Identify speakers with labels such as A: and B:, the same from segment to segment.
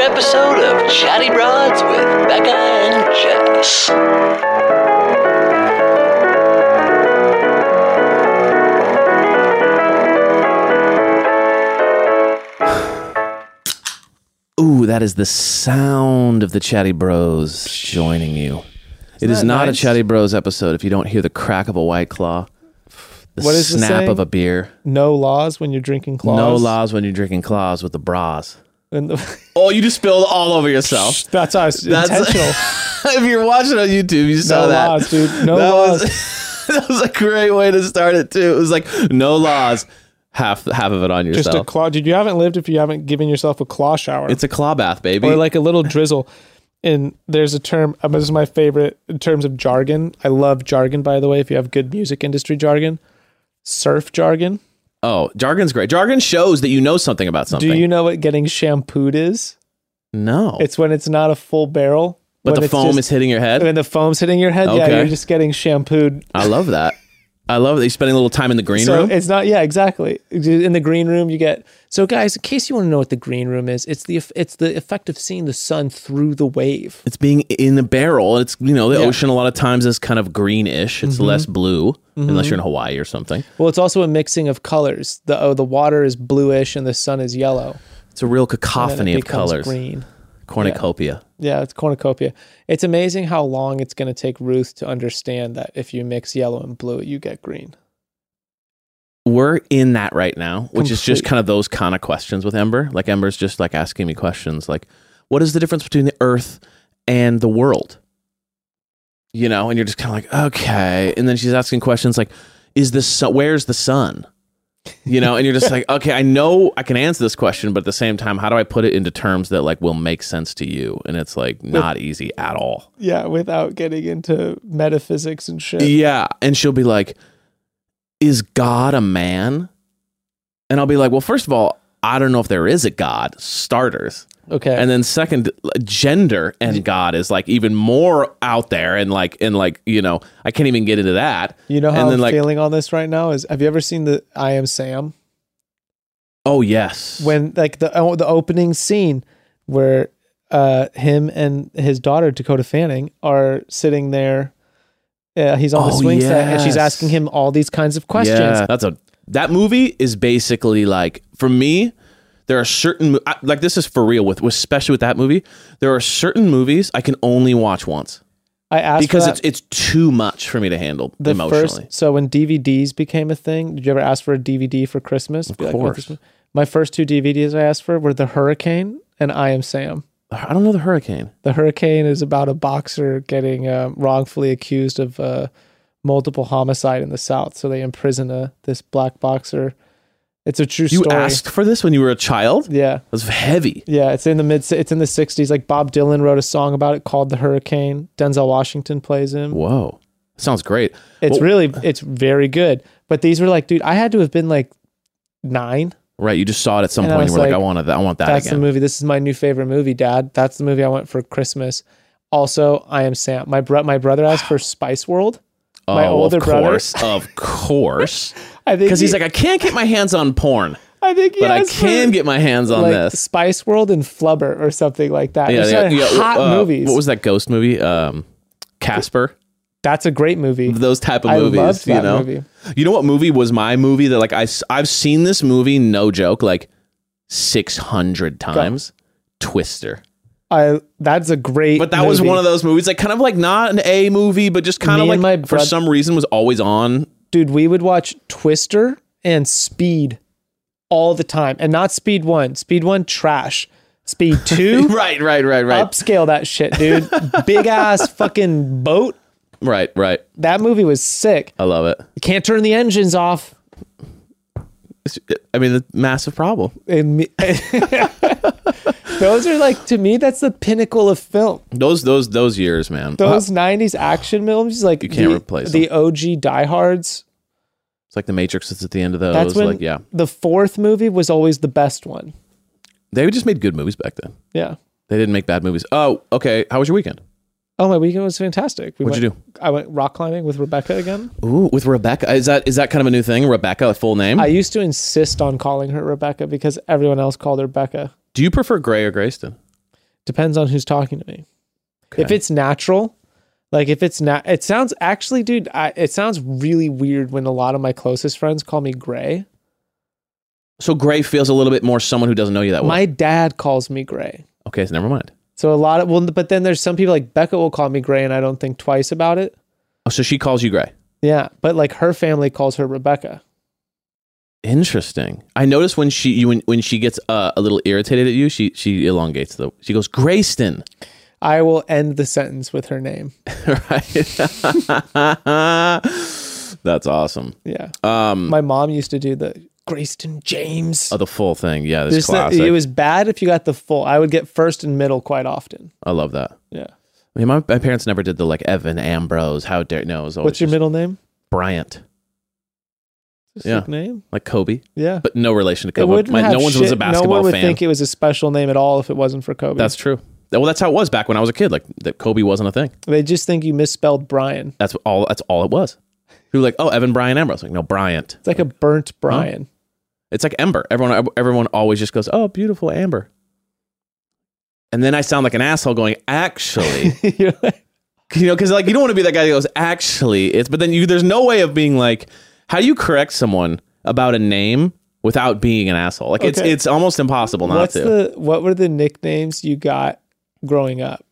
A: episode of Chatty Broads with Becca and Jess.
B: Ooh, that is the sound of the Chatty Bros joining you. It is
C: that
B: not
C: nice?
B: a Chatty Bros episode if you don't hear the crack of a white claw, the
C: What is the
B: snap
C: saying?
B: of a beer,
C: no laws when you're drinking claws.
B: no laws when you're drinking claws with the bras.
C: And
B: Oh, you just spilled all over yourself.
C: that's us.
B: That's-
C: intentional.
B: if you're watching on YouTube, you saw
C: No
B: that.
C: laws, dude. No
B: that
C: laws.
B: Was, that was a great way to start it too. It was like no laws, half half of it on
C: Just
B: yourself.
C: a claw. Dude, you haven't lived if you haven't given yourself a claw shower
B: it's a claw bath, baby.
C: or like a little drizzle. And there's a term. Um, this is my favorite in terms of jargon. I love jargon, by the way. If you have good music industry jargon, surf jargon.
B: oh, jargon's great. Jargon shows that you know something about something.
C: Do you know what getting shampooed is?
B: No,
C: It's when it's not a full barrel,
B: but
C: when
B: the
C: it's
B: foam
C: just-
B: is hitting your head.
C: when the foam's hitting your head.
B: Okay.
C: Yeah, you're just getting shampooed
B: I love that. I love that you're spending a little time in the green
C: so
B: room.
C: it's not yeah exactly in the green room you get so guys in case you want to know what the green room is it's the eff- it's the effect of seeing the sun through the wave
B: It's being in a barrel. It's you know the
C: Yeah. Mm-hmm.
B: ocean a lot of times is kind of greenish. It's less blue unless you're in Hawaii or something.
C: well it's also a mixing of colors the oh the water is bluish and the sun is yellow
B: It's a real
C: and then
B: cacophony
C: it
B: of
C: becomes
B: colors,
C: green
B: cornucopia.
C: yeah it's cornucopia it's amazing how long it's going to take ruth to understand that if you mix yellow and blue you get green
B: We're in that right now, which is just
C: Complete.
B: kind of those kind of questions with Ember. Like Ember's just like asking me questions like, what is the difference between the Earth and the world? You know, and you're just kind of like, okay. And then she's asking questions like, is the sun? Where's the sun? You know, and you're just like, okay, I know I can answer this question, but at the same time, how do I put it into terms that like will make sense to you? And it's like not easy at all.
C: yeah without getting into metaphysics and shit
B: Yeah. And she'll be like, Is God a man? And I'll be like, Well, first of all, I don't know if there is a God, starters.
C: okay
B: And then second, gender and God is like even more out there. And like, and like, you know, I can't even get into that.
C: you know how
B: and then
C: i'm
B: like,
C: feeling on this right now is have you ever seen the i am sam
B: oh, yes.
C: when like the oh, the opening scene where uh him and his daughter Dakota Fanning are sitting there uh, he's on the
B: Oh,
C: swing set and she's
B: yes.
C: asking him all these kinds of questions
B: Yeah, that's a that movie is basically like for me. There are certain mo- I- like this is for real with especially with that movie. There are certain movies I can only watch once.
C: I asked for
B: because
C: that
B: it's it's too much for me to handle
C: the
B: emotionally.
C: first so when DVDs became a thing did you ever ask for a DVD for Christmas Be like, "What
B: course.
C: this one?" my first two DVDs I asked for were The Hurricane and I Am Sam
B: I don't know the hurricane.
C: The Hurricane is about a boxer getting um, wrongfully accused of uh, multiple homicide in the South. So they imprison a, this black boxer. It's a true
B: You
C: story.
B: asked for this when you were a child.
C: Yeah,
B: That's heavy.
C: yeah. It's in the mid. It's in the '60s. Like Bob Dylan wrote a song about it called "The Hurricane." Denzel Washington plays him.
B: Whoa, sounds great.
C: It's
B: Well,
C: really, it's very good. But these were like, dude, I had to have been like nine.
B: right. You just saw it at some
C: And I
B: point. And
C: was
B: you were like,
C: like,
B: I wanted that. I want that
C: That's the
B: again.
C: movie. This is my new favorite movie, Dad. That's the movie I want for Christmas. Also, I am Sam. My bro- my brother asked for Spice World. my
B: oh,
C: older
B: of
C: brother-
B: course, of course,
C: I think
B: because he's
C: he-
B: like, I can't get my hands on porn,
C: I think he
B: but I
C: asked for-
B: can get my hands on
C: like
B: this.
C: Spice World and Flubber or something like that. These are hot
B: uh,
C: movies.
B: What was that ghost movie? Um, Casper.
C: That's a great movie.
B: Those type of
C: I
B: movies.
C: loved
B: you
C: that
B: know.
C: movie.
B: You know what movie was my movie that like I s- I've seen this movie no joke like six hundred times. Twister.
C: I that's a great.
B: But that was one of those movies, like kind of like not an A movie, but just kind
C: Me
B: of like
C: and my
B: for
C: broth-
B: some reason was always on.
C: dude. We would watch Twister and Speed all the time, and not Speed One. Speed One trash. Speed Two
B: Right, right, right, right,
C: upscale that shit, dude. Big ass fucking boat.
B: right, right.
C: That movie was sick.
B: I love it.
C: You can't turn the engines off.
B: It's- I mean, the massive problem.
C: And me- those are like to me. That's the pinnacle of film.
B: Those, those, those years, man.
C: those '90s action films, like you
B: can't
C: the,
B: replace
C: the OG diehards.
B: It's like the Matrix that's at the end of those.
C: That's when
B: like, yeah,
C: the fourth movie was always the best one.
B: they just made good movies back then.
C: Yeah.
B: They didn't make bad movies. Oh, okay. How was your weekend?
C: Oh, my weekend was fantastic. We
B: What'd
C: went-
B: you
C: I went rock climbing with Rebecca again.
B: Ooh, with Rebecca. Is that is that kind of a new thing? Rebecca, a full name.
C: I used to insist on calling her Rebecca because everyone else called her Becca.
B: Do you prefer Gray or Grayston?
C: Depends on who's talking to me. If
B: Okay.
C: it's natural, like if it's not, it sounds actually, dude, I, it sounds really weird when a lot of my closest friends call me Gray.
B: so gray feels a little bit more someone who doesn't know you that well.
C: My dad calls me Gray.
B: okay, so never mind.
C: So a lot of, well, but then there's some people like Becca will call me Gray and I don't think twice about it.
B: Oh, so she calls you gray.
C: Yeah. But like her family calls her Rebecca.
B: Interesting. I noticed when she you when, when she gets uh, a little irritated at you, she she elongates the she goes Grayston,
C: I will end the sentence with her name.
B: right? That's awesome.
C: Yeah.
B: Um,
C: My mom used to do the Grayston James.
B: oh, the full thing, yeah, this
C: Just that-
B: classic.
C: it was bad if you got the full. I would get first and middle quite often.
B: I love that.
C: Yeah.
B: I mean, my, my parents never did the like Evan Ambrose. How dare no? It was always
C: What's your
B: just
C: middle name?
B: Bryant,
C: Just
B: Yeah.
C: like name?
B: like Kobe,
C: Yeah.
B: but no relation to
C: It
B: Kobe.
C: wouldn't
B: My,
C: have
B: no one was
C: shit-
B: a basketball
C: No one would
B: fan.
C: think it was a special name at all if it wasn't for Kobe.
B: That's true. Well, that's how it was back when I was a kid. Like that, Kobe wasn't a thing.
C: they just think you misspelled Brian.
B: That's all. That's all it was. Who like oh Evan Brian Ambrose? Like no Bryant.
C: It's like a burnt Brian.
B: It's like Ember. Everyone, everyone always just goes, "Oh, beautiful Amber," and then I sound like an asshole going, "Actually,"
C: You're like,
B: you know, because like you don't want to be that guy that goes, "Actually," it's. But then you, there's no way of being like, how do you correct someone about a name without being an asshole? Like it's
C: Okay.
B: it's almost impossible not
C: what's
B: to.
C: the what were the nicknames you got growing up?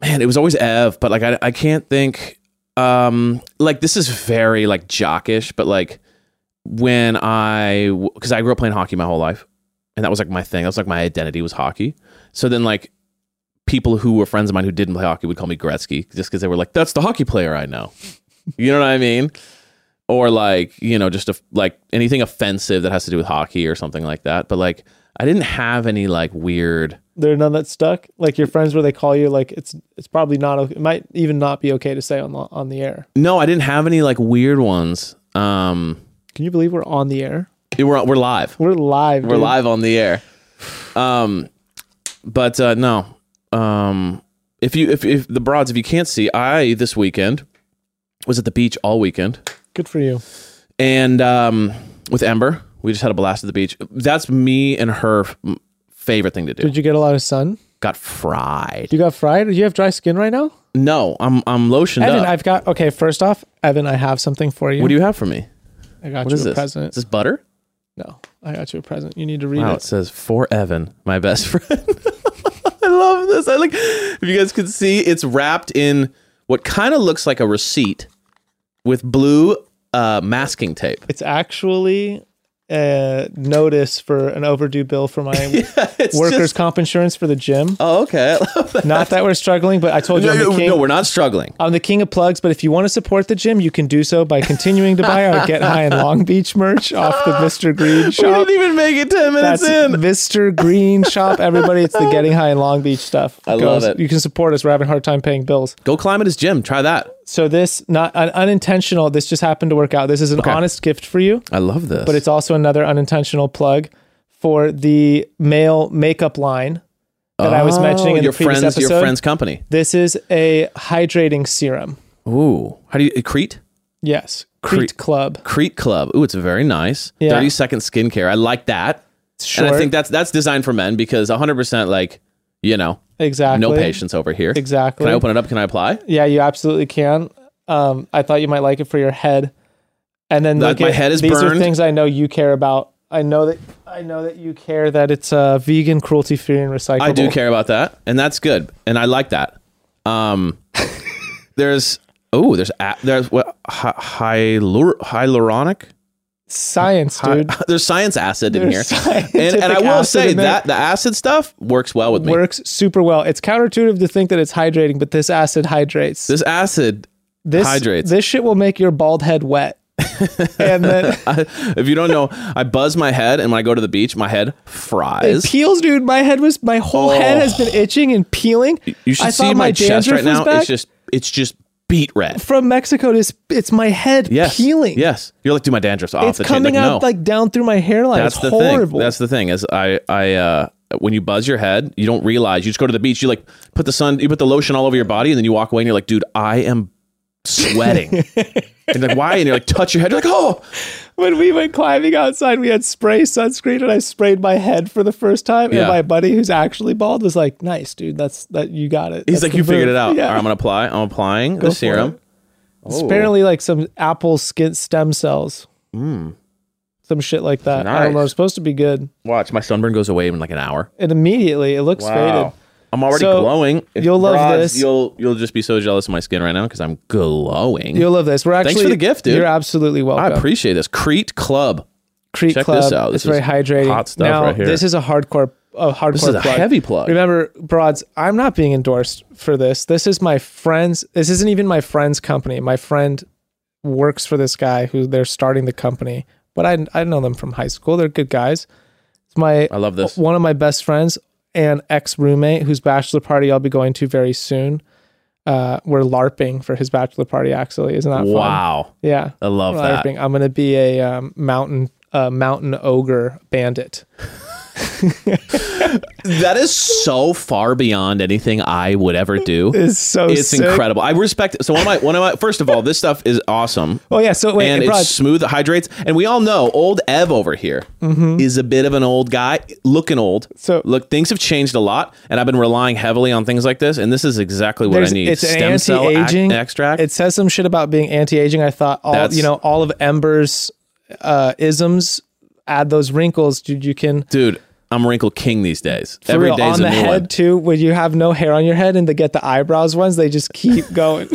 B: Man, it was always Ev, but like I I can't think. Um, like this is very like jockish, but like when I because I grew up playing hockey my whole life, and that was like my thing. That was like my identity was hockey. So then like people who were friends of mine who didn't play hockey would call me Gretzky just because they were like, "That's the hockey player I know." you know what I mean? Or like you know just a, like anything offensive that has to do with hockey or something like that. But like I didn't have any like weird.
C: There are none that stuck. Like your friends where they call you like it's it's probably not okay. It might even not be okay to say on the on the air.
B: No, I didn't have any like weird ones. Um.
C: Can you believe we're on the air?
B: Yeah, We're we're live.
C: We're live.
B: We're
C: dude.
B: live on the air. Um, but uh, no. Um, if you if if the broads if you can't see, I this weekend was at the beach all weekend
C: Good for you.
B: and um with Ember we just had a blast at the beach. That's me and her f- favorite thing to do.
C: Did you get a lot of sun?
B: Got fried.
C: You got fried? Do you have dry skin right now?
B: No, I'm I'm lotioned
C: Evan,
B: up.
C: I've got okay, first off, Evan, I have something for you.
B: what do you have for me?
C: I got
B: What
C: you
B: is
C: a
B: this?
C: present.
B: Is this butter?
C: No, I got you a present. You need to read
B: Wow, it
C: it.
B: says for Evan, my best friend. I love this. I like if you guys could see, it's wrapped in what kind of looks like a receipt with blue uh, masking tape.
C: It's actually a notice for an overdue bill for my
B: It's
C: workers'
B: just-
C: comp insurance for the gym.
B: oh, okay. I love that.
C: Not that we're struggling, but I told you
B: No,
C: I'm,
B: no,
C: the king,
B: no, we're not struggling.
C: I'm the king of plugs. But if you want to support the gym, you can do so by continuing to buy our Get High and Long Beach merch off the Mr. Green
B: We
C: shop.
B: didn't even make it ten minutes
C: That's
B: in.
C: Mr. Green Shop. Everybody, it's the Getting High in Long Beach stuff. I
B: love it.
C: You can support us. We're having a hard time paying bills.
B: Go climb at his gym. Try that.
C: So this not an unintentional. This just happened to work out. This is an honest gift for you,
B: I love this.
C: but it's also another unintentional plug for the male makeup line that I was mentioning in
B: Oh, your
C: the previous
B: friends,
C: episode.
B: your friends' company.
C: This is a hydrating serum.
B: Ooh, how do you Crete?
C: Yes, Crete Club.
B: Crete Club. Ooh, it's very nice.
C: Yeah.
B: Thirty second skincare. I like that.
C: It's short.
B: And I think that's that's designed for men because 100% like, you know,
C: exactly.
B: no patience over here.
C: Exactly.
B: Can I open it up? Can I apply?
C: Yeah, you absolutely can. Um, I thought you might like it for your head. And then
B: That-
C: look
B: my
C: at-
B: head is
C: these
B: burned.
C: are things I know you care about. I know that I know that you care that it's uh, vegan, cruelty free, and recyclable.
B: I do care about that, and that's good, and I like that. Um, there's oh, there's a, there's what hy- hyalur, hyaluronic.
C: Science,
B: Hy-
C: dude.
B: there's science acid in
C: There's
B: here,
C: scientific
B: and, and I will
C: acid
B: say
C: in there.
B: that the acid stuff works well with me.
C: works super well. It's counterintuitive to think that it's hydrating, but this acid hydrates.
B: This acid,
C: this
B: hydrates.
C: This shit will make your bald head wet. and then
B: I, if you don't know, I buzz my head, and when I go to the beach, my head
C: it
B: fries.
C: peels, dude. My head was my whole head has been itching and peeling.
B: Oh. You should
C: I
B: see
C: thought
B: my, chest
C: dandruff
B: right
C: was
B: now.
C: back.
B: It's just it's just beet red.
C: from Mexico to it's, it's my head
B: Yes.
C: peeling.
B: Yes. You're like, do my dandruff's off
C: It's
B: the chain.
C: coming
B: like,
C: out
B: no.
C: like down through my hairline.
B: That's
C: it's
B: the thing.
C: horrible.
B: That's the thing. Is I I uh when you buzz your head, you don't realize. You just go to the beach, you like put the sun you put the lotion all over your body and then you walk away and you're like, dude, I am sweating. and like, why? And you're like, touch your head. You're like, oh
C: when we went climbing outside, we had spray sunscreen, and I sprayed my head for the first time.
B: Yeah.
C: And my buddy, who's actually bald, was like, "Nice, dude. That's that. You got it."
B: He's
C: That's
B: like,
C: the
B: you figured
C: move."
B: it out. All
C: Yeah.
B: right, I'm gonna Oh. apply. I'm applying
C: Go
B: the
C: for
B: serum.
C: it. It's apparently like some apple skin stem cells,
B: Mm.
C: some shit like that. I don't know.
B: Nice.
C: It's supposed to be good.
B: Watch, my sunburn goes away in like an hour.
C: And immediately, it looks faded.
B: I'm already
C: So,
B: glowing.
C: you'll love this.
B: You'll you'll just be so jealous of my skin right now because I'm glowing.
C: You'll love this. We're actually
B: for the gift, dude.
C: You're absolutely welcome.
B: I appreciate this. Crete Club.
C: Creek
B: Check
C: Club.
B: this out.
C: It's
B: This
C: very
B: is
C: hydrating.
B: hot stuff
C: now,
B: right here.
C: This is a hardcore, a hardcore.
B: This is a
C: plug.
B: heavy plug.
C: Remember, broads. I'm not being endorsed for this. This is my friend's. This isn't even my friend's company. My friend works for this guy who they're starting the company. But I I know them from high school. They're good guys. It's my
B: I love this.
C: one of my best friends and ex roommate whose bachelor party I'll be going to very soon. Uh, we're larping for his bachelor party. Actually, isn't that fun?
B: Wow,
C: Yeah,
B: I love that.
C: LARPing. I'm gonna be a um, mountain a mountain ogre bandit.
B: That is so far beyond anything I would ever do.
C: It's so
B: It's
C: sick.
B: incredible. I respect. So one of my one of my first of all, this stuff is awesome.
C: Oh yeah. So wait,
B: and
C: it
B: it's
C: brought-
B: smooth. It hydrates. And we all know old Ev over here is a bit of an old guy, looking old.
C: Mm-hmm. So-
B: look, things have changed a lot, and I've been relying heavily on things like this. And this is exactly what
C: there's-
B: I need.
C: it's an
B: Stem cell ac-
C: anti-aging
B: extract.
C: It says some shit about being anti-aging. I thought all
B: That's-
C: you know all of Ember's uh, isms add those wrinkles. Dude, you can
B: Dude, I'm wrinkle king these days.
C: for
B: Every
C: real,
B: day's
C: on
B: a
C: the
B: new
C: head
B: one.
C: too. When you have no hair on your head and they get the eyebrows ones, they just keep going.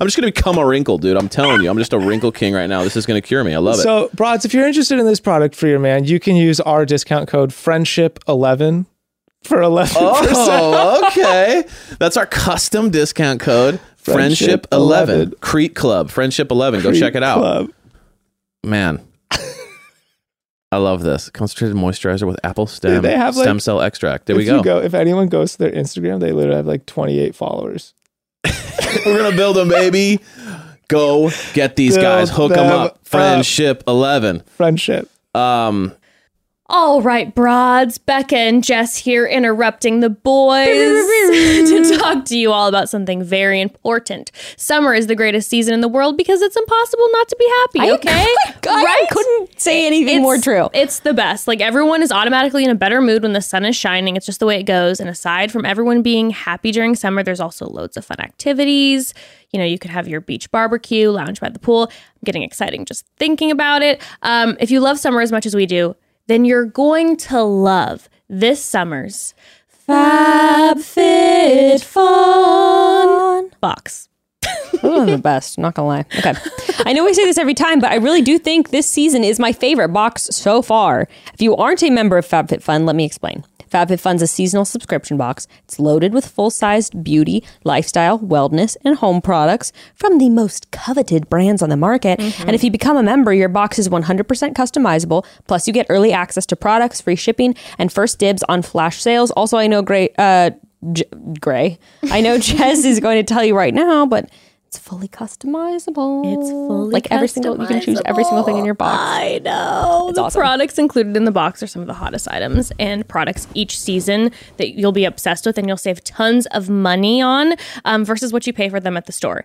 B: I'm just gonna become a wrinkle, dude. I'm telling you, I'm just a wrinkle king right now. This is gonna cure me. I love it.
C: So, broads, if you're interested in this product for your man, you can use our discount code friendship11 for 11%.
B: Oh, okay. That's our custom discount code. Friendship
C: Friendship
B: eleven. Crete Club. Friendship eleven. Go check it out.
C: Club.
B: Man. I love this. Concentrated moisturizer with apple stem
C: they have, like-
B: stem cell extract. There we
C: if
B: go.
C: You go. If anyone goes to their Instagram, they literally have like 28 followers.
B: We're gonna build them, baby. Go get these
C: Build
B: guys. Hook them
C: them
B: up.
C: up.
B: Friendship eleven.
C: Friendship.
B: Um
D: All right, broads, Becca and Jess here interrupting the boys to talk to you all about something very important. Summer is the greatest season in the world because it's impossible not to be happy, okay?
E: I couldn't say anything more true.
D: It's the best. Like everyone is automatically in a better mood when the sun is shining. It's just the way it goes. And aside from everyone being happy during summer, there's also loads of fun activities. You know, you could have your beach barbecue, lounge by the pool. I'm getting exciting just thinking about it. Um, if you love summer as much as we do, then you're going to love this summer's
E: FabFitFun.
D: box.
E: Ooh, the best. Not gonna lie. Okay, I know we say this every time, but I really do think this season is my favorite box so far. If you aren't a member of FabFitFun, let me explain. FabFitFun's a seasonal subscription box. It's loaded with full-sized beauty, lifestyle, wellness, and home products from the most coveted brands on the market. And if you become a member, your box is 100% customizable. Plus, you get early access to products, free shipping, and first dibs on flash sales. Also, I know great. Uh, J- Gray. I know Jess is going to tell you right now, but it's fully customizable.
D: It's fully
E: like every single you can choose every single thing in your box.
D: I know. the
E: awesome.
D: products included in the box are some of the hottest items and products each season that you'll be obsessed with and you'll save tons of money on um, versus what you pay for them at the store.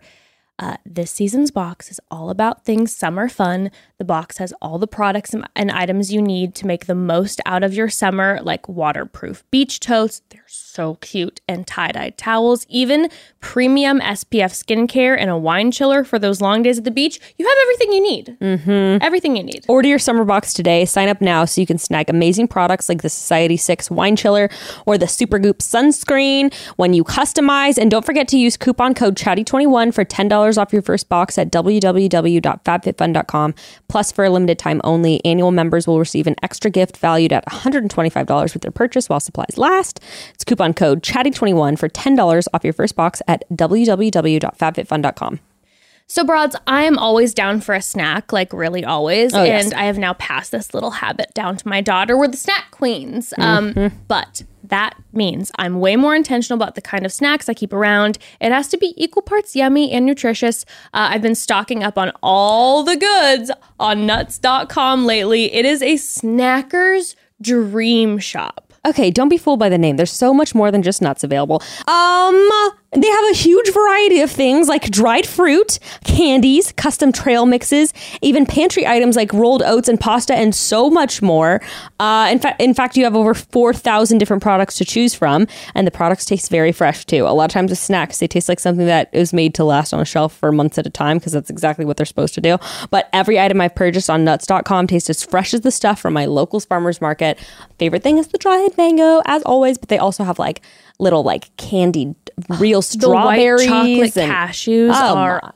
D: Uh, this season's box is all about things summer fun. The box has all the products and, and items you need to make the most out of your summer, like waterproof beach totes. They're so cute, and tie dye towels, even premium SPF skincare and a wine chiller for those long days at the beach. You have everything you need. Mm-hmm. Everything you need.
E: Order your summer box today. Sign up now so you can snag amazing products like the Society 6 wine chiller or the Supergoop sunscreen when you customize. And don't forget to use coupon code Chatty21 for $10 off your first box at www.fabfitfun.com. Plus, for a limited time only, annual members will receive an extra gift valued at $125 with their purchase while supplies last. It's coupon code Chatty21 for $10 off your first box at www.fabfitfun.com.
D: So, broads, I am always down for a snack, like really always. and
E: yes.
D: I have now passed this little habit down to my daughter. We're the snack queens. Um, But that means I'm way more intentional about the kind of snacks I keep around. It has to be equal parts yummy and nutritious. Uh, I've been stocking up on all the goods on nuts.com lately. It is a snacker's dream shop.
E: Okay, don't be fooled by the name. There's so much more than just nuts available. Um, They have a huge variety of things like dried fruit, candies, custom trail mixes, even pantry items like rolled oats and pasta, and so much more. Uh, in, fa- in fact, you have over 4,000 different products to choose from, and the products taste very fresh too. A lot of times with snacks, they taste like something that is made to last on a shelf for months at a time because that's exactly what they're supposed to do. But every item I've purchased on nuts.com tastes as fresh as the stuff from my local farmer's market. Favorite thing is the dried mango, as always, but they also have like little like candied real
D: The white
E: strawberries
D: chocolate
E: and-
D: cashews
E: Oh
D: are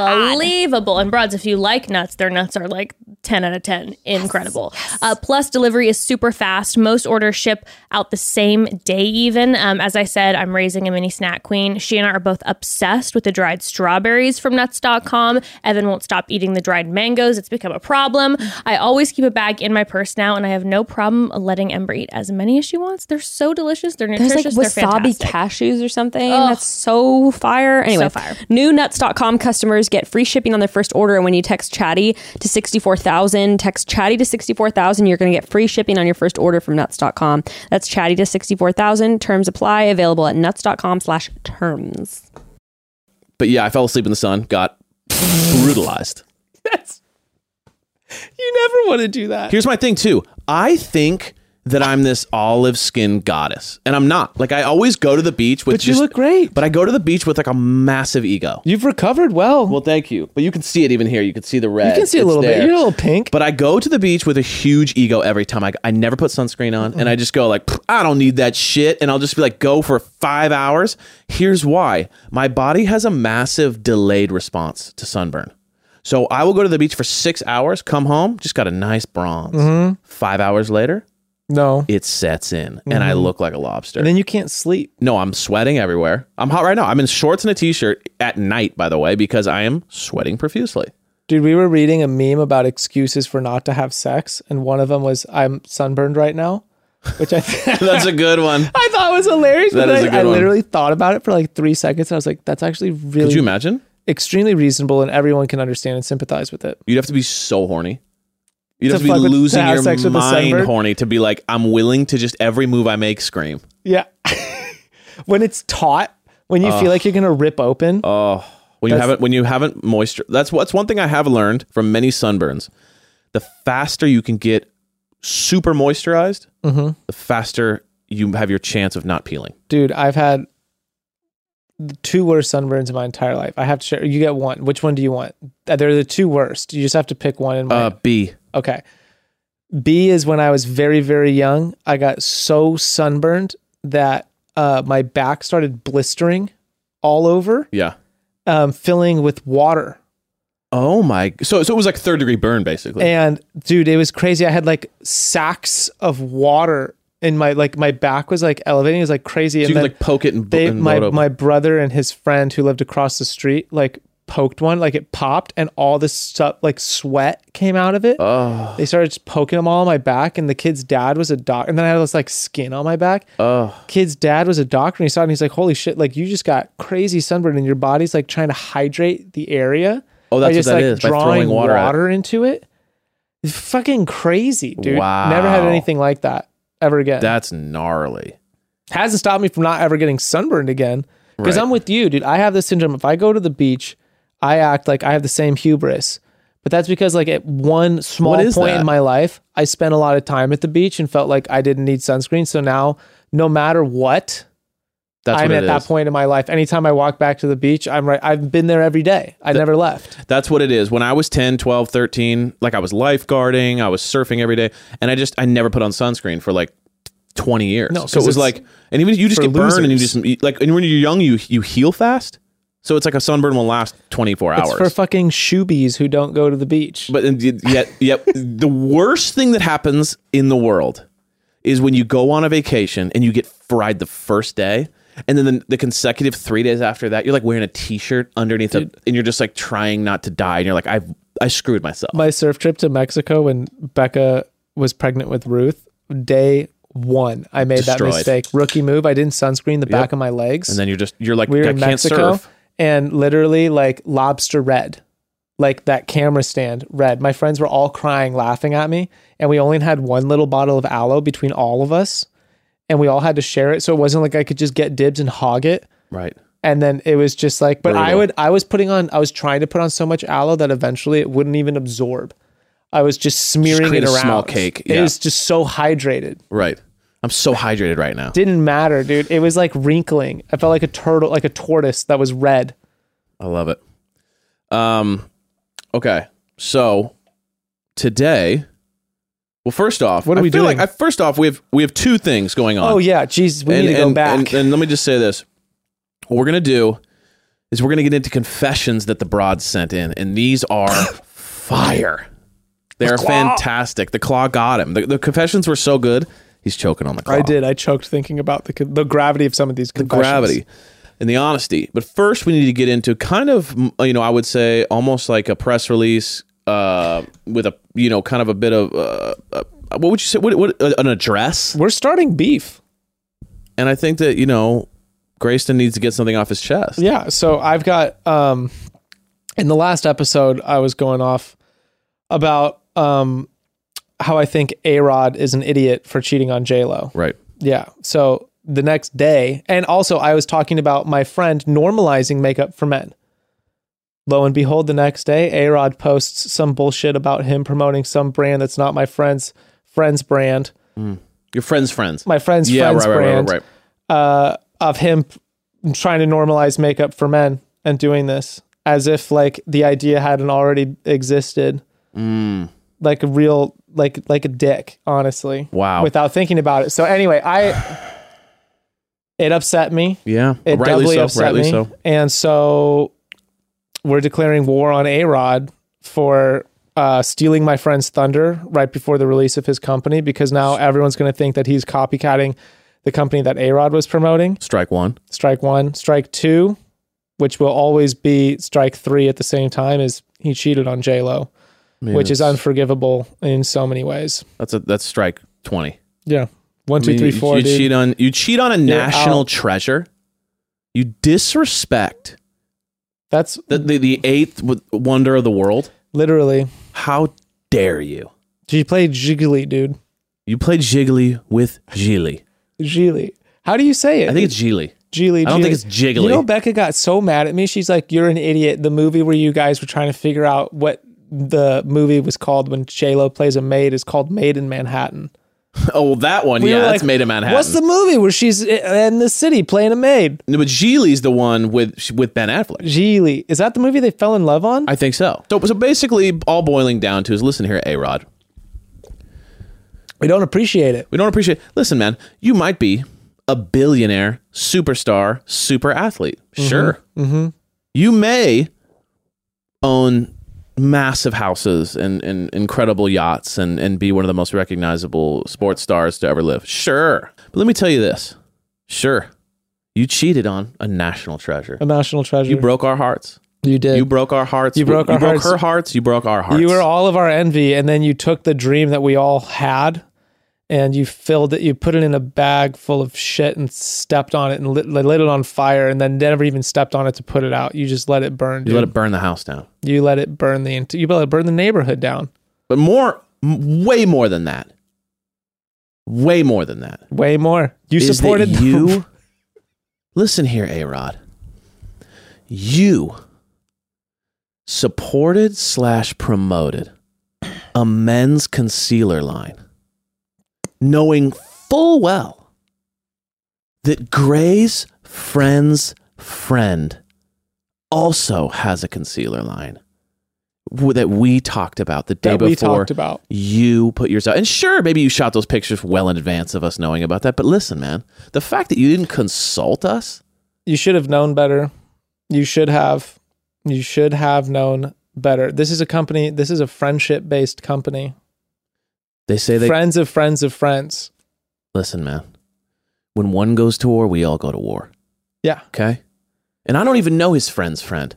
D: unbelievable. And broads, if you like nuts, their nuts are like 10 out of 10. Incredible. Uh, plus, delivery is super fast. Most orders ship out the same day, even. Um, as I said, I'm raising a mini snack queen. She and I are both obsessed with the dried strawberries from nuts.com. Evan won't stop eating the dried mangoes. It's become a problem. I always keep a bag in my purse now, and I have no problem letting Ember eat as many as she wants. They're so delicious. They're
E: There's like
D: nutritious. They're
E: wasabi
D: fantastic.
E: cashews or something. That's so fire. Anyway,
D: fire.
E: new nuts.com customers get free shipping on their first order. And when you text chatty to 64,000, text chatty to 64,000, you're going to get free shipping on your first order from nuts.com. That's chatty to 64,000. Terms apply. Available at nuts.com slash terms.
B: But yeah, I fell asleep in the sun, got brutalized.
C: That's you never want to do that.
B: Here's my thing too. I think that I'm this olive skin goddess, and I'm not. Like I always go to the beach with
C: But you
B: just-
C: look great.
B: But I go to the beach with like a massive ego.
C: You've recovered well.
B: Well, thank you. But you can see it even here. You can see the red.
C: you can see a
B: It's
C: little
B: there.
C: bit. You're a little pink.
B: But I go to the beach with a huge ego every time. I, I never put sunscreen on, and I just go like, "Pff, I don't need that shit, and I'll just be like, go for five hours. Here's why: my body has a massive delayed response to sunburn, so I will go to the beach for six hours, come home, just got a nice bronze. Five hours later,
C: no.
B: it sets in, Mm-hmm. and I look like a lobster.
C: And then you can't sleep.
B: no, I'm sweating everywhere. I'm hot right now. I'm in shorts and a t-shirt at night, by the way, because I am sweating profusely.
C: Dude, we were reading a meme about excuses for not to have sex, and one of them was I'm sunburned right now, which I th-
B: That's a good one.
C: I thought was hilarious.
B: That
C: but
B: is
C: then
B: a good
C: I
B: one.
C: literally thought about it for like three seconds, and I was like, that's actually
B: Could
C: really
B: you imagine?
C: extremely reasonable, and everyone can understand and sympathize with it.
B: You'd have to be so horny. You'd
C: To
B: have to be
C: fuck with- to
B: losing
C: have
B: your
C: sex with a
B: mind
C: sunbird?
B: horny to be like, I'm willing to just every move I make scream.
C: Yeah. when it's taut, when you feel like you're gonna rip open,
B: When you
C: Oh, That's-
B: haven't when you haven't moisture that's what's one thing I have learned from many sunburns. The faster you can get super moisturized, the faster you have your chance of not peeling.
C: dude, I've had the two worst sunburns in my entire life. I have to share. You get one. Which one do you want? Uh, They're the two worst. You just have to pick one in mind.
B: Uh B.
C: Okay. B is when I was very, very young. I got so sunburned that uh, my back started blistering all over,
B: Yeah.
C: um, filling with water.
B: Oh my so so it was like third degree burn basically.
C: And dude, it was crazy. I had like sacks of water in my like my back was like elevating. It was like
B: so
C: crazy.
B: you
C: and
B: could
C: then
B: like poke it and,
C: they,
B: and
C: my
B: blow it open.
C: my brother and his friend who lived across the street like poked one, like it popped, and all this stuff like sweat came out of it.
B: oh,
C: They started just poking them all on my back, and the kid's dad was a doc, and then I had this like skin on my back.
B: oh.
C: Kid's dad was a doctor, and he saw it, and he's like, "Holy shit! Like you just got crazy sunburn, and your body's like trying to hydrate the area.
B: Oh,
C: by
B: that's what
C: just
B: that
C: like
B: is, by
C: drawing
B: throwing water at it.
C: into it. It's fucking crazy, dude.
B: Wow.
C: Never had anything like that ever again.
B: That's gnarly.
C: hasn't stopped me from not ever getting sunburned again. Because
B: Right.
C: I'm with you, dude. I have this syndrome. If I go to the beach, I act like I have the same hubris. But that's because, like, at one small
B: What is
C: point
B: that?
C: in my life, I spent a lot of time at the beach and felt like I didn't need sunscreen. So now, no matter what,
B: That's
C: I'm
B: what
C: at
B: it
C: that
B: is.
C: point in my life. Anytime I walk back to the beach, I'm right. I've been there every day. I never left.
B: That's what it is. When I was 10, 12, 13, like I was lifeguarding, I was surfing every day, and I just I never put on sunscreen for like 20 years.
C: No,
B: so
C: 'cause
B: it was
C: it's
B: like and even you just
C: for
B: get burned and you
C: losers.
B: just you- like and when you're young you you heal fast. So it's like a sunburn will last 24
C: It's for
B: hours.
C: fucking shoobies who don't go to the beach.
B: but and y- yet yet the worst thing that happens in the world is when you go on a vacation and you get fried the first day. And then the, the consecutive three days after that, you're like wearing a T-shirt underneath, a, and you're just like trying not to die, and you're like, I have I screwed myself.
C: my surf trip to Mexico when Becca was pregnant with Ruth, day one, I made
B: Destroyed.
C: that mistake. Rookie move. I didn't sunscreen the back of my legs.
B: and then you're just you're like
C: we were
B: I
C: in
B: can't
C: Mexico
B: surf.
C: and literally like lobster red, like that camera stand red. My friends were all crying, laughing at me. And we only had one little bottle of aloe between all of us. And we all had to share it. So it wasn't like I could just get dibs and hog it.
B: Right.
C: and then it was just like but i
B: Brutal.
C: would i was putting on i was trying to put on so much aloe that eventually it wouldn't even absorb i was just smearing
B: create
C: it
B: a
C: around
B: small cake,
C: it
B: yeah.
C: was just so hydrated
B: Right. I'm so hydrated right now.
C: didn't matter dude it was like wrinkling i felt like a turtle like a tortoise that was red
B: I love it. Um, okay. So today, well, first off,
C: What are
B: I
C: we
B: feel
C: doing?
B: Like, I, first off, we have we have two things going on.
C: oh yeah jeez we
B: and,
C: need to go
B: and-
C: back
B: And, and let me just say this: what we're gonna do is we're gonna get into confessions that the broads sent in, and these are fire. They are fantastic. The claw got him. The, the confessions were so good. He's choking on the claw.
C: i did i choked thinking about the, the gravity of some of these the
B: gravity and the honesty. But first, we need to get into kind of mm, you know I would say almost like a press release uh, with a you know kind of a bit of uh, uh, what would you say what, what uh, an address.
C: we're starting beef
B: And I think that you know Grayston needs to get something off his chest.
C: Yeah. So I've got um in the last episode I was going off about um how I think A Rod is an idiot for cheating on J Lo.
B: Right.
C: Yeah. So the next day, and also I was talking about my friend normalizing makeup for men. Lo and behold, the next day, A Rod posts some bullshit about him promoting some brand that's not my friend's friend's brand,
B: Your friends' friends.
C: my friend's
B: yeah.
C: friend's
B: Right. Right.
C: brand
B: Right. Right.
C: uh, of him p- trying to normalize makeup for men and doing this as if like the idea hadn't already existed. Like a real like like a dick, honestly.
B: Wow.
C: Without thinking about it. So anyway, I it upset me.
B: Yeah.
C: It
B: rightly
C: doubly
B: so.
C: upset
B: Rightly
C: me.
B: so.
C: And so we're declaring war on A Rod for uh, stealing my friend's thunder right before the release of his company because now everyone's going to think that he's copycatting the company that A Rod was promoting.
B: Strike one.
C: Strike one. Strike two, which will always be strike three at the same time, is he cheated on J Lo,
B: I mean,
C: which is
B: that's-
C: unforgivable in so many ways.
B: That's a that's strike twenty.
C: Yeah. one,
B: I
C: two,
B: mean,
C: three,
B: you-
C: four.
B: You,
C: dude.
B: cheat on you cheat on a national
C: out.
B: treasure. You disrespect
C: That's
B: the, the, the eighth w- wonder of the world.
C: literally.
B: How dare you?
C: She played Jiggly, dude.
B: You played Jiggly with Gigli.
C: Jiggly. How do you say it?
B: I think it's Gigli.
C: Geely.
B: I don't think it's
C: Geely.
B: Jiggly.
C: You know, Becca got so mad at me. She's like, "You're an idiot." The movie where you guys were trying to figure out what the movie was called when J Lo plays a maid is called Maid in Manhattan.
B: oh, well, that one.
C: We
B: yeah,
C: were
B: that's
C: like,
B: made in Manhattan.
C: What's the movie where she's i- in the city playing a maid?
B: no, but Gigli's the one with with Ben Affleck.
C: Geely. Is that the movie they fell in love on?
B: I think so. So, so basically, all boiling down to is listen here, A Rod.
C: we don't appreciate it.
B: We don't appreciate. Listen, man, you might be a billionaire, superstar, super athlete. Sure. Mm-hmm. You may own massive houses and, and incredible yachts and, and be one of the most recognizable sports stars to ever live. Sure. But let me tell you this. Sure. You cheated on a national treasure.
C: A national treasure.
B: You broke our hearts.
C: You did.
B: You broke our hearts.
C: You broke our hearts.
B: her hearts. You broke our hearts.
C: You were all of our envy, and then you took the dream that we all had, and you filled it. You put it in a bag full of shit and stepped on it and lit, lit it on fire, and then never even stepped on it to put it out. You just let it burn.
B: you
C: dude.
B: let it burn the house down.
C: You let it burn the. int- You let it burn the neighborhood down.
B: but more m- way more than that way more than that
C: Way more. You
B: is that
C: supported the-
B: you listen here a-rod you supported slash promoted a men's concealer line knowing full well that gray's friend's friend also has a concealer line w- that we talked about the day
C: that
B: before
C: we talked about.
B: you put yours out. And sure, maybe you shot those pictures well in advance of us knowing about that. But listen, man, the fact that you didn't consult us,
C: You should have known better. You should have. You should have known better. This is a company. This is a friendship based company.
B: they say they
C: friends of friends of friends.
B: listen, man. When one goes to war, we all go to war.
C: Yeah.
B: Okay. And I don't even know his friend's friend,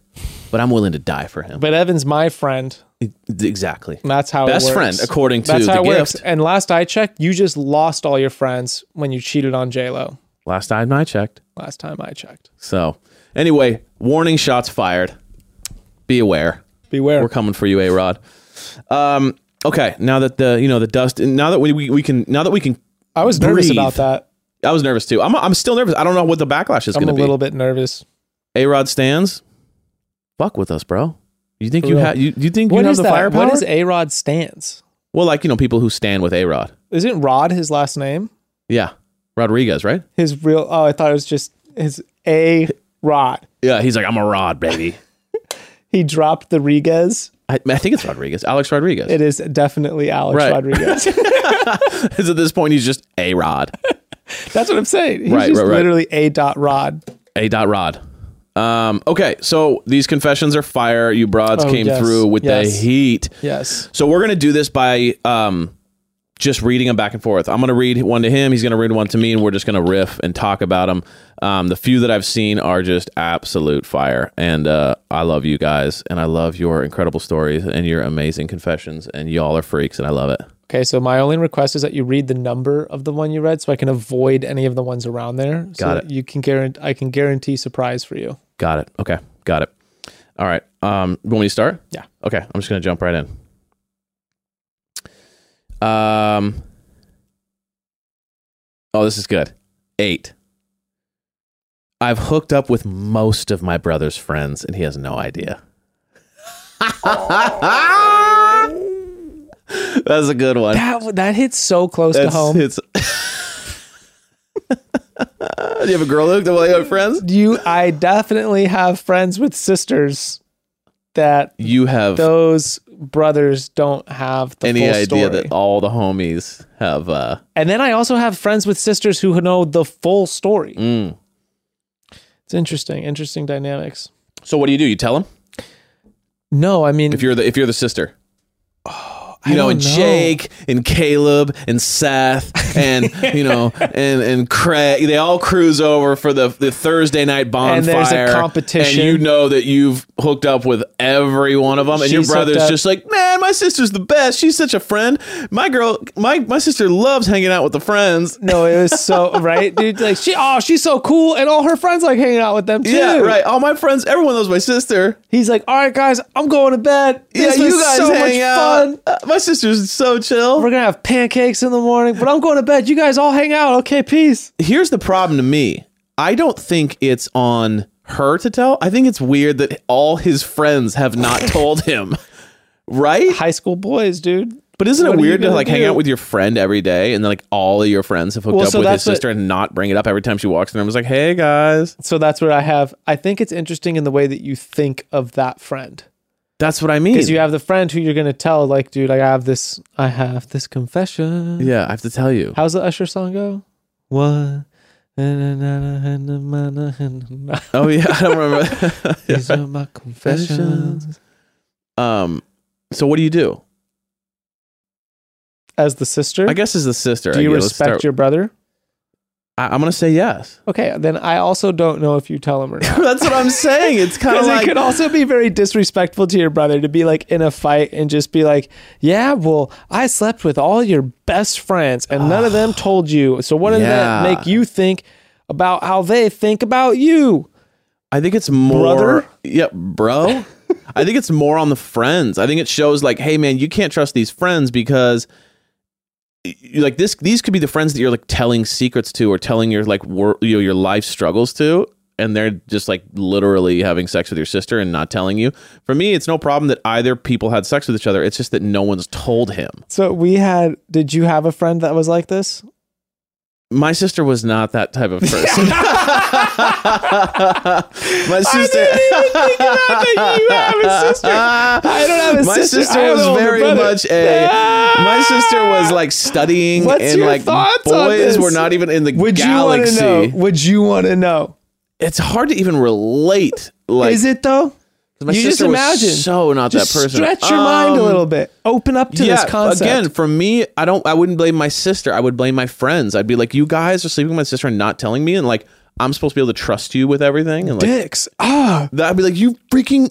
B: but I'm willing to die for him.
C: But Evan's my friend.
B: E- exactly.
C: And that's how
B: Best
C: it works.
B: friend, according to
C: That's
B: the
C: how it works.
B: gift.
C: And last I checked, you just lost all your friends when you cheated on J Lo.
B: Last time I checked.
C: Last time I checked.
B: So, anyway, warning shots fired. Be aware.
C: Beware.
B: We're coming for you, A Rod. Um, okay, now that the you know the dust, now that we, we, we can now that we can
C: I was nervous
B: breathe.
C: about that.
B: I was nervous too. I'm, I'm still nervous. I don't know what the backlash is
C: I'm
B: going
C: a
B: to be.
C: little bit nervous.
B: A Rod stands. Fuck with us, bro. You think you
C: real.
B: have you, you think
C: What
B: you have
C: is
B: the
C: that?
B: firepower?
C: What is A Rod stance?
B: well, like you know, people who stand with A Rod.
C: Isn't Rod his last name?
B: Yeah, Rodriguez, right?
C: His real. Oh, I thought it was just his A Rod.
B: Yeah, he's like, I'm a Rod, baby.
C: He dropped the Riguez.
B: I, I think it's Rodriguez, Alex Rodriguez.
C: It is definitely Alex
B: Right.
C: Rodriguez.
B: Because at this point, he's just A Rod,
C: That's what I'm saying. He's
B: Right,
C: just
B: right, right.
C: literally A dot Rod.
B: A dot Rod. Um, okay, so these confessions are fire. You broads
C: Oh,
B: came
C: yes,
B: through with
C: yes.
B: the heat.
C: Yes.
B: So we're gonna do this by um, just reading them back and forth. I'm gonna read one to him. He's gonna read one to me, and we're just gonna riff and talk about them. Um, the few that I've seen are just absolute fire, and uh, I love you guys, and I love your incredible stories and your amazing confessions, and y'all are freaks, and I love it.
C: Okay, so my only request is that you read the number of the one you read, so I can avoid any of the ones around there. So
B: Got
C: that You can guarantee. I can guarantee surprise for you.
B: Got it. Okay, got it. All right. Um, you want me to start?
C: Yeah.
B: Okay, I'm just gonna jump right in. Um. Oh, this is good. Eight. I've hooked up with most of my brother's friends, and he has no idea. That's a good one.
C: That that hits so close to
B: That's-
C: home.
B: It's. Do you have a girl hooked up with your friends?
C: You, I definitely have friends with sisters that
B: You have
C: those brothers don't have the
B: any
C: full
B: idea
C: story.
B: that all the homies have? uh
C: and then I also have friends with sisters who know the full story.
B: mm.
C: It's interesting, interesting dynamics.
B: So what do you do? You tell him
C: No, I mean,
B: if you're the if you're the sister.
C: Mm. Oh, I
B: You know,
C: don't
B: and Jake and Caleb and Seth and you know and and Craig, they all cruise over for the the Thursday night bonfire.
C: And there's a competition.
B: and you know that you've hooked up with every one of them, and
C: She's
B: your
C: hooked
B: brother's
C: up.
B: just like, man, my sister's the best. She's such a friend. My girl, my my sister loves hanging out with the friends.
C: No, it was so right, dude. Like she, oh, she's so cool, and all her friends like hanging out with them too.
B: Yeah, right. All my friends, everyone knows my sister.
C: He's like, all right, guys, I'm going to bed. This
B: yeah,
C: was
B: you guys
C: so
B: hang
C: much
B: out.
C: fun.
B: Uh, my sister's so chill.
C: We're gonna have pancakes in the morning, but I'm going to bed. You guys all hang out, okay? Peace.
B: here's the problem to me. I don't think it's on her to tell. I think it's weird that all his friends have not told him. Right?
C: High school boys, dude.
B: But isn't
C: What
B: it
C: are you
B: weird to
C: gonna
B: like hang
C: do?
B: out with your friend every day and then like all of your friends have hooked
C: Well,
B: up
C: so
B: with his
C: that's what-
B: sister and not bring it up every time she walks in the room? It's like, hey guys.
C: So that's what I have. I think it's interesting in the way that you think of that friend.
B: That's what I mean.
C: Because you have the friend who you're gonna tell, like, dude, I have this, I have this confession.
B: yeah, I have to tell you.
C: How's the Usher song go? What? These
B: oh yeah, I don't remember.
C: are my confessions.
B: um so what do you do?
C: As the sister,
B: I guess as the sister.
C: do
B: I
C: you
B: guess. Let's
C: respect
B: start-
C: your brother?
B: I, I'm gonna say yes.
C: Okay, then I also don't know if you tell him or not.
B: That's what I'm saying. It's kind of
C: Because
B: like
C: it could also be very disrespectful to your brother to be like in a fight and just be like, "Yeah, well, I slept with all your best friends and none of them told you. So what did that
B: Yeah.
C: make you think about how they think about you?"
B: I think it's more.
C: Brother?
B: Yeah, bro. I think it's more on the friends. I think it shows like, hey man, you can't trust these friends because y- you- like this these could be the friends that you're like telling secrets to or telling your like wor- you know, your life struggles to and they're just like literally having sex with your sister and not telling you. For me, it's no problem that either people had sex with each other. It's just that no one's told him.
C: So we had. Did you have a friend that was like this?
B: My sister was not that type of person. My sister
C: I don't have a
B: my
C: sister.
B: sister,
C: I have
B: was
C: an older
B: very
C: brother. Ah!
B: much a. My sister was like studying,
C: What's
B: and
C: your
B: like
C: thoughts on
B: boys
C: this?
B: were not even in the
C: Would
B: galaxy.
C: you want to know? Would you want to know?
B: It's hard to even relate. Like
C: Is it though?
B: my
C: you just
B: sister was
C: imagine.
B: so not
C: Just
B: that person.
C: stretch your mind a
B: Um,
C: little bit. Open up to
B: yeah,
C: this concept.
B: again, for me, I don't. I wouldn't blame my sister. I would blame my friends. I'd be like, you guys are sleeping with my sister and not telling me, and like I'm supposed to be able to trust you with everything, and like
C: dicks. Ah,
B: that, I'd be like, you freaking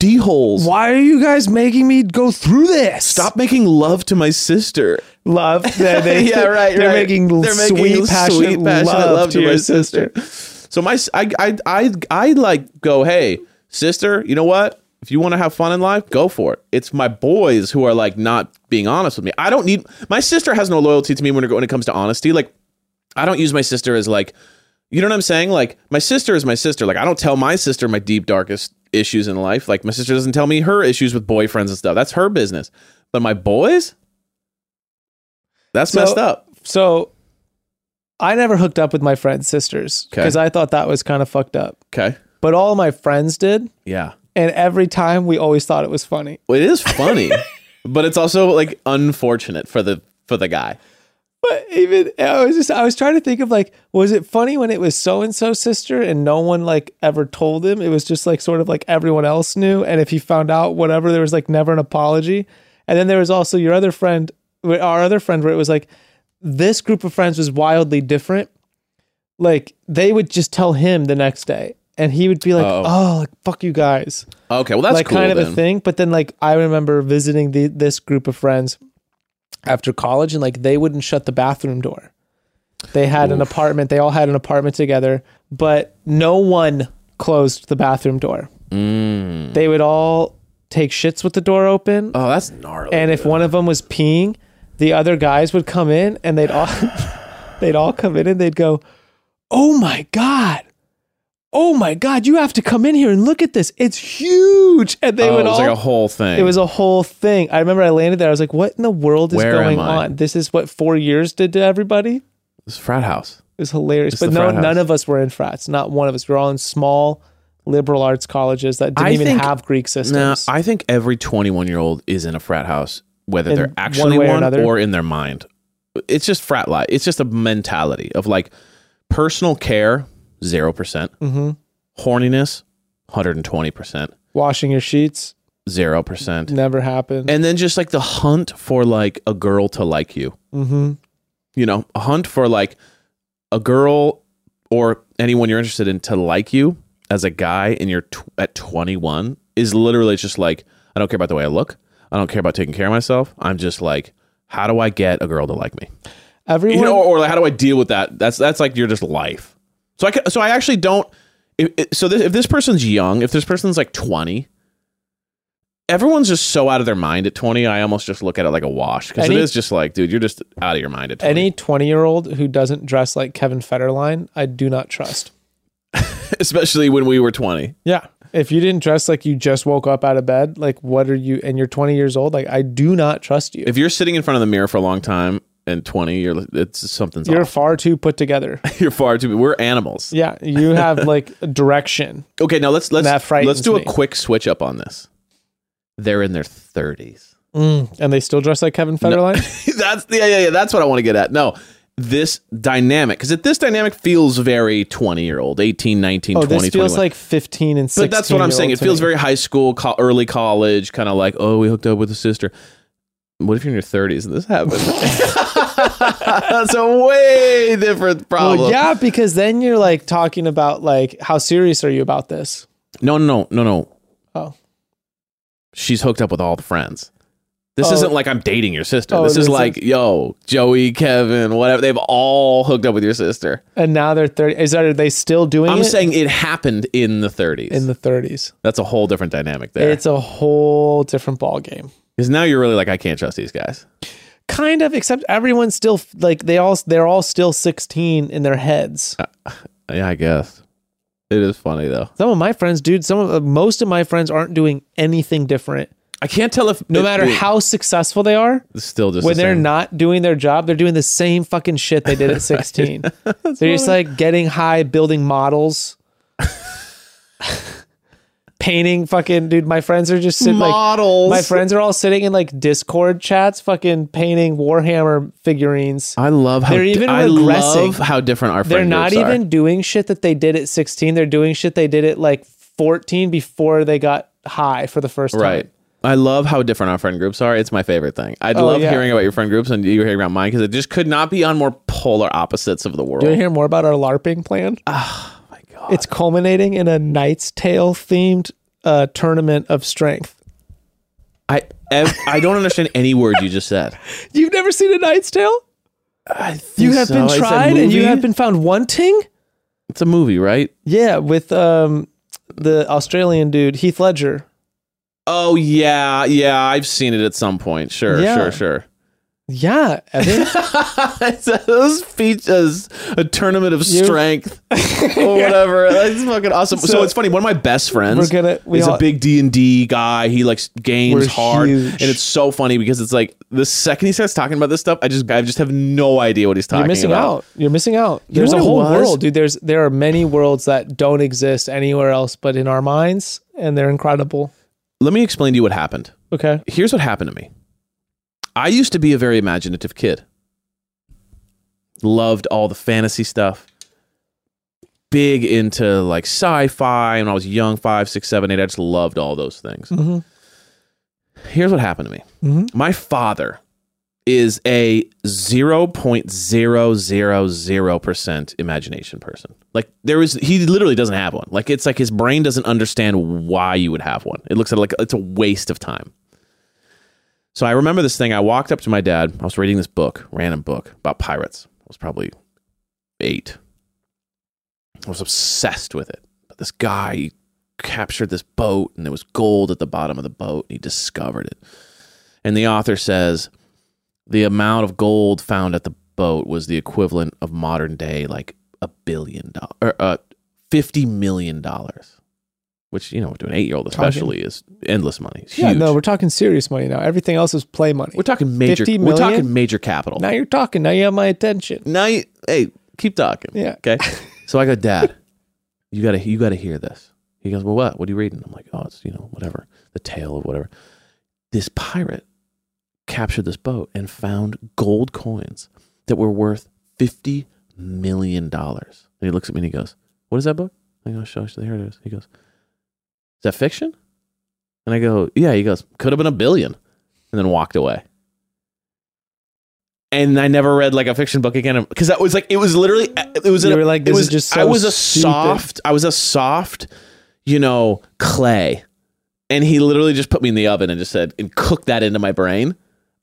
B: d holes.
C: why are you guys making me go through this?
B: Stop making love to my sister.
C: love. They, they,
B: yeah, right.
C: They're
B: right.
C: making
B: They're
C: sweet,
B: making
C: passionate,
B: sweet, passionate
C: love, to
B: my
C: your sister.
B: So my, s- I, I, I, I like go. Hey, sister, you know what? If you want to have fun in life, go for it. It's my boys who are like not being honest with me. I don't need my sister has no loyalty to me when it, when it comes to honesty. Like, I don't use my sister as like. You know what I'm saying? Like my sister is my sister. Like I don't tell my sister my deep darkest issues in life. Like my sister doesn't tell me her issues with boyfriends and stuff. That's her business. But my boys, that's
C: So-
B: messed up.
C: So I never hooked up with my friends' sisters
B: Okay.
C: because I thought that was kind of fucked up.
B: Okay.
C: But all my friends did,
B: Yeah.
C: and every time we always thought it was funny.
B: Well, it is funny, but it's also like unfortunate for the for the guy.
C: But even I was just I was trying to think of like, was it funny when it was so and so's sister and no one like ever told him? It was just like sort of like everyone else knew, and if he found out, whatever, there was like never an apology. And then there was also your other friend, our other friend, where it was like this group of friends was wildly different. Like they would just tell him the next day, and he would be like,
B: Oh.
C: "Oh, like, fuck you guys,"
B: Okay, well that's
C: like
B: cool
C: kind of
B: then.
C: a thing. But then like I remember visiting the this group of friends after college, and like they wouldn't shut the bathroom door. They had an apartment. They all had an apartment together, but no one closed the bathroom door.
B: Mm.
C: They would all take shits with the door open,
B: Oh, that's gnarly.
C: and if one of them was peeing, the other guys would come in and they'd all they'd all come in and they'd go, "Oh my god." Oh my god, you have to come in here and look at this. It's huge. And they
B: oh,
C: would
B: it was
C: all
B: like a whole thing.
C: It was a whole thing. I remember I landed there. I was like, "What in the world is
B: Where am
C: going
B: I?
C: on? This is what 4 years did to everybody." It
B: It's frat house.
C: was hilarious.
B: It's
C: but
B: the
C: no
B: frat house.
C: none of us were in frats. Not one of us. We were all in small liberal arts colleges that didn't
B: I
C: even
B: think-
C: have Greek
B: No,
C: systems.
B: I think every 21 year old is in a frat house, whether
C: In
B: they're
C: one
B: actually
C: way or
B: one or,
C: another.
B: in their mind. It's just frat life. It's just a mentality of like personal care, 0%, percent
C: Mhm.
B: horniness, 120%,
C: Washing your sheets
B: 0%.
C: never happened.
B: And then just like the hunt for like a girl to like you,
C: mm-hmm.
B: you know, a hunt for like a girl or anyone you're interested in to like you as a guy and you're tw- at 21 is literally just like I don't care about the way I look. I don't care about taking care of myself. I'm just like how do I get a girl to like me?
C: Everyone,
B: You know, or, or like how do I deal with that? That's that's like you're just life. So I ca- so I actually don't. If, if- so this, if this person's young, if this person's like 20, everyone's just so out of their mind at 20. I almost just look at it like a wash because it
C: Any-
B: is just like, dude, you're just out of your mind at 20.
C: any 20 year old who doesn't dress like Kevin Federline, I do not trust.
B: especially when we were 20.
C: Yeah. If you didn't dress like you just woke up out of bed, like what are you, and you're 20 years old, like I do not trust you.
B: If you're sitting in front of the mirror for a long time and 20, you're it's something's
C: You're
B: off.
C: far too put together.
B: You're far too. We're animals.
C: Yeah. You have like direction.
B: Okay, now let's let's
C: That frightens
B: let's do
C: me.
B: a quick switch up on this. They're in their 30s. Mm.
C: And they still dress like Kevin Federline?
B: that's yeah, yeah, yeah. That's what I want to get at. No, this dynamic because this dynamic feels very 20 year old, 18, 19,
C: oh,
B: 20,
C: this feels
B: 21.
C: like 15 and 16.
B: but that's what I'm saying. It feels very high school, co- early college, kind of like, oh, we hooked up with a sister. What if you're in your 30s and this happens? that's a way different problem.
C: Well, yeah, because then you're like talking about like how serious are you about this?
B: No, no, no, no, no.
C: Oh.
B: She's hooked up with all the friends. This
C: Oh.
B: isn't like I'm dating your sister.
C: Oh,
B: this
C: this
B: is like, yo, Joey, Kevin, whatever. They've all hooked up with your sister.
C: And now they're 30. Is that, are they still doing
B: I'm
C: it?
B: saying it happened in the 30s.
C: in the 30s.
B: That's a whole different dynamic there.
C: It's a whole different ball game.
B: Because now you're really like, I can't trust these guys.
C: kind of except everyone's still like they all they're all still 16 in their heads
B: Uh. Yeah, I guess. It is funny though.
C: some of my friends dude some of uh, most of my friends aren't doing anything different
B: I can't tell if
C: no
B: it-
C: matter
B: it-
C: how successful they are
B: it's still just
C: when
B: the
C: they're
B: same.
C: not doing their job they're doing the same fucking shit they did at 16 they're just like getting high building models painting fucking dude my friends are just sitting like
B: models.
C: my friends are all sitting in like discord chats fucking painting warhammer figurines
B: I love how
C: They're
B: di-
C: even
B: I
C: regressing.
B: love how different our friend
C: they're not
B: groups are.
C: even doing shit that they did at 16 they're doing shit they did at like 14 before they got high for the first time
B: Right. I love how different our friend groups are. It's my favorite thing. I
C: Oh,
B: love
C: yeah.
B: hearing about your friend groups and you hearing about mine because it just could not be on more polar opposites of the world.
C: do you hear more about our larping plan oh my god it's culminating in a knight's tale themed uh, tournament of strength
B: I ev- I don't understand any word you just said.
C: you've never seen a knight's tale
B: I think
C: you have
B: so.
C: been
B: It's a
C: tried and you
B: movie?
C: have been found wanting
B: It's a movie, right?
C: yeah with um the australian dude heath ledger
B: Oh yeah, yeah. I've seen it at some point. Sure,
C: Yeah.
B: sure, sure.
C: Yeah, Evan.
B: Those features a tournament of
C: You-
B: strength or whatever. That's fucking awesome. So,
C: So-
B: it's funny. One of my best friends
C: We're gonna- we
B: is
C: all-
B: a big D and D guy. He likes games
C: We're
B: hard,
C: huge.
B: and it's so funny because it's like the second he starts talking about this stuff, I just I just have no idea what he's talking
C: You're missing
B: about.
C: out. You're missing out. There's
B: what
C: a
B: it
C: whole
B: was?
C: world, dude. There's there are many worlds that don't exist anywhere else but in our minds, and they're incredible.
B: Let me explain to you what happened.
C: Okay.
B: Here's what happened to me. I used to be a very imaginative kid. Loved all the fantasy stuff. Big into like sci-fi when I was young, five, six, seven, eight. I just loved all those things.
C: Mhm.
B: Here's what happened to me.
C: Mhm.
B: My father is a 0.000% imagination person. Like there is he literally doesn't have one. Like it's like his brain doesn't understand why you would have one. It looks at it like it's a waste of time. So I remember this thing. I walked up to my dad. I was reading this book, random book about pirates. I was probably eight. I was obsessed with it. But this guy he captured this boat, and there was gold at the bottom of the boat, and he discovered it. And the author says the amount of gold found at the boat was the equivalent of modern day, like a billion dollars or uh, fifty million dollars, which you know, to an eight-year-old
C: Talking.
B: especially, is endless money. It's
C: Yeah.
B: huge.
C: No, we're talking serious money now. Everything else is play money.
B: We're talking major.
C: 50
B: We're
C: million?
B: talking major capital.
C: Now you're talking. Now you have my attention.
B: Now you, hey, keep talking.
C: Yeah.
B: Okay. so I go, Dad, you gotta, you gotta hear this. He goes, Well, what? What are you reading? I'm like, Oh, it's you know, whatever, the tale of whatever. This pirate captured this boat and found gold coins that were worth fifty million dollars. And he looks at me and he goes, What is that book? I go, Show us. Here it is. He goes, Is that fiction? And I go, Yeah. He goes, Could have been a billion. And then walked away and I never read like a fiction book again because that was like it was literally it was
C: You
B: an-
C: were like,
B: it
C: this
B: was
C: is just so
B: I was a
C: stupid.
B: soft I was a soft you know clay and he literally just put me in the oven and just said and cooked that into my brain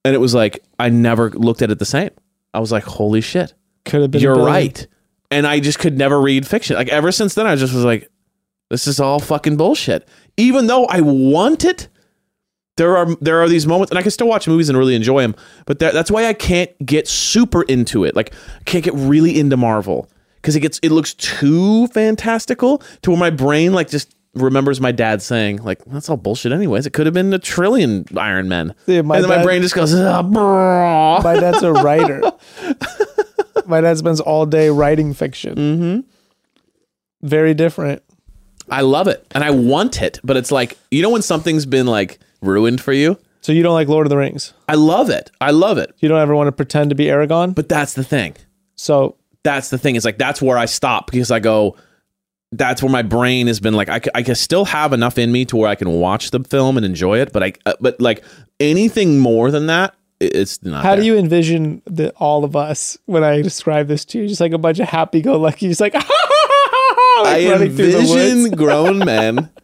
B: and it was like I never looked at it the same I was like holy shit
C: Could have been. a
B: you're
C: billion.
B: right and I just could never read fiction like ever since then I just was like this is all fucking bullshit even though I want it there are there are these moments, and I can still watch movies and really enjoy them. But that, that's why I can't get super into it. Like I can't get really into Marvel because it gets it looks too fantastical to where my brain like just remembers my dad saying like that's all bullshit. Anyways, it could have been a trillion Iron Men,
C: Yeah,
B: and
C: my
B: then my
C: dad-
B: brain just goes. "Ah, brah."
C: My dad's a writer. my dad spends all day writing fiction. Mm-hmm.
B: Mm-hmm.
C: Very different.
B: I love it and I want it, but it's like you know when something's been like ruined for you.
C: So you don't like Lord of the Rings.
B: I love it. I love it.
C: You don't ever want to pretend to be Aragon.
B: But that's the thing.
C: So
B: that's the thing. It's like that's where I stop because I go. That's where my brain has been like I, c- I can still have enough in me to where I can watch the film and enjoy it, but I uh, but like anything more than that, i- it's not.
C: How do
B: there.
C: you envision the, all of us when I describe this to you? Just like a bunch of happy-go-lucky, just like, like
B: I
C: running through the woods.
B: envision grown men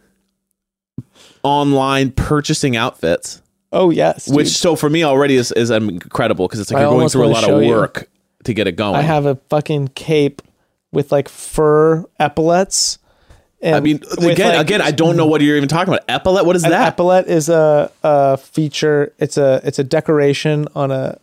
B: online purchasing outfits,
C: Oh yes, dude.
B: which so for me already is is incredible because it's like
C: I
B: you're going
C: almost
B: through a
C: wanna
B: lot
C: show
B: of
C: you.
B: work to get it going.
C: I have a fucking cape with like fur epaulets. And
B: I mean,
C: with,
B: again,
C: like,
B: again, I don't know what you're even talking about. Epaulet, what is
C: An
B: that?
C: epaulet is a, a feature. It's a it's a decoration on a.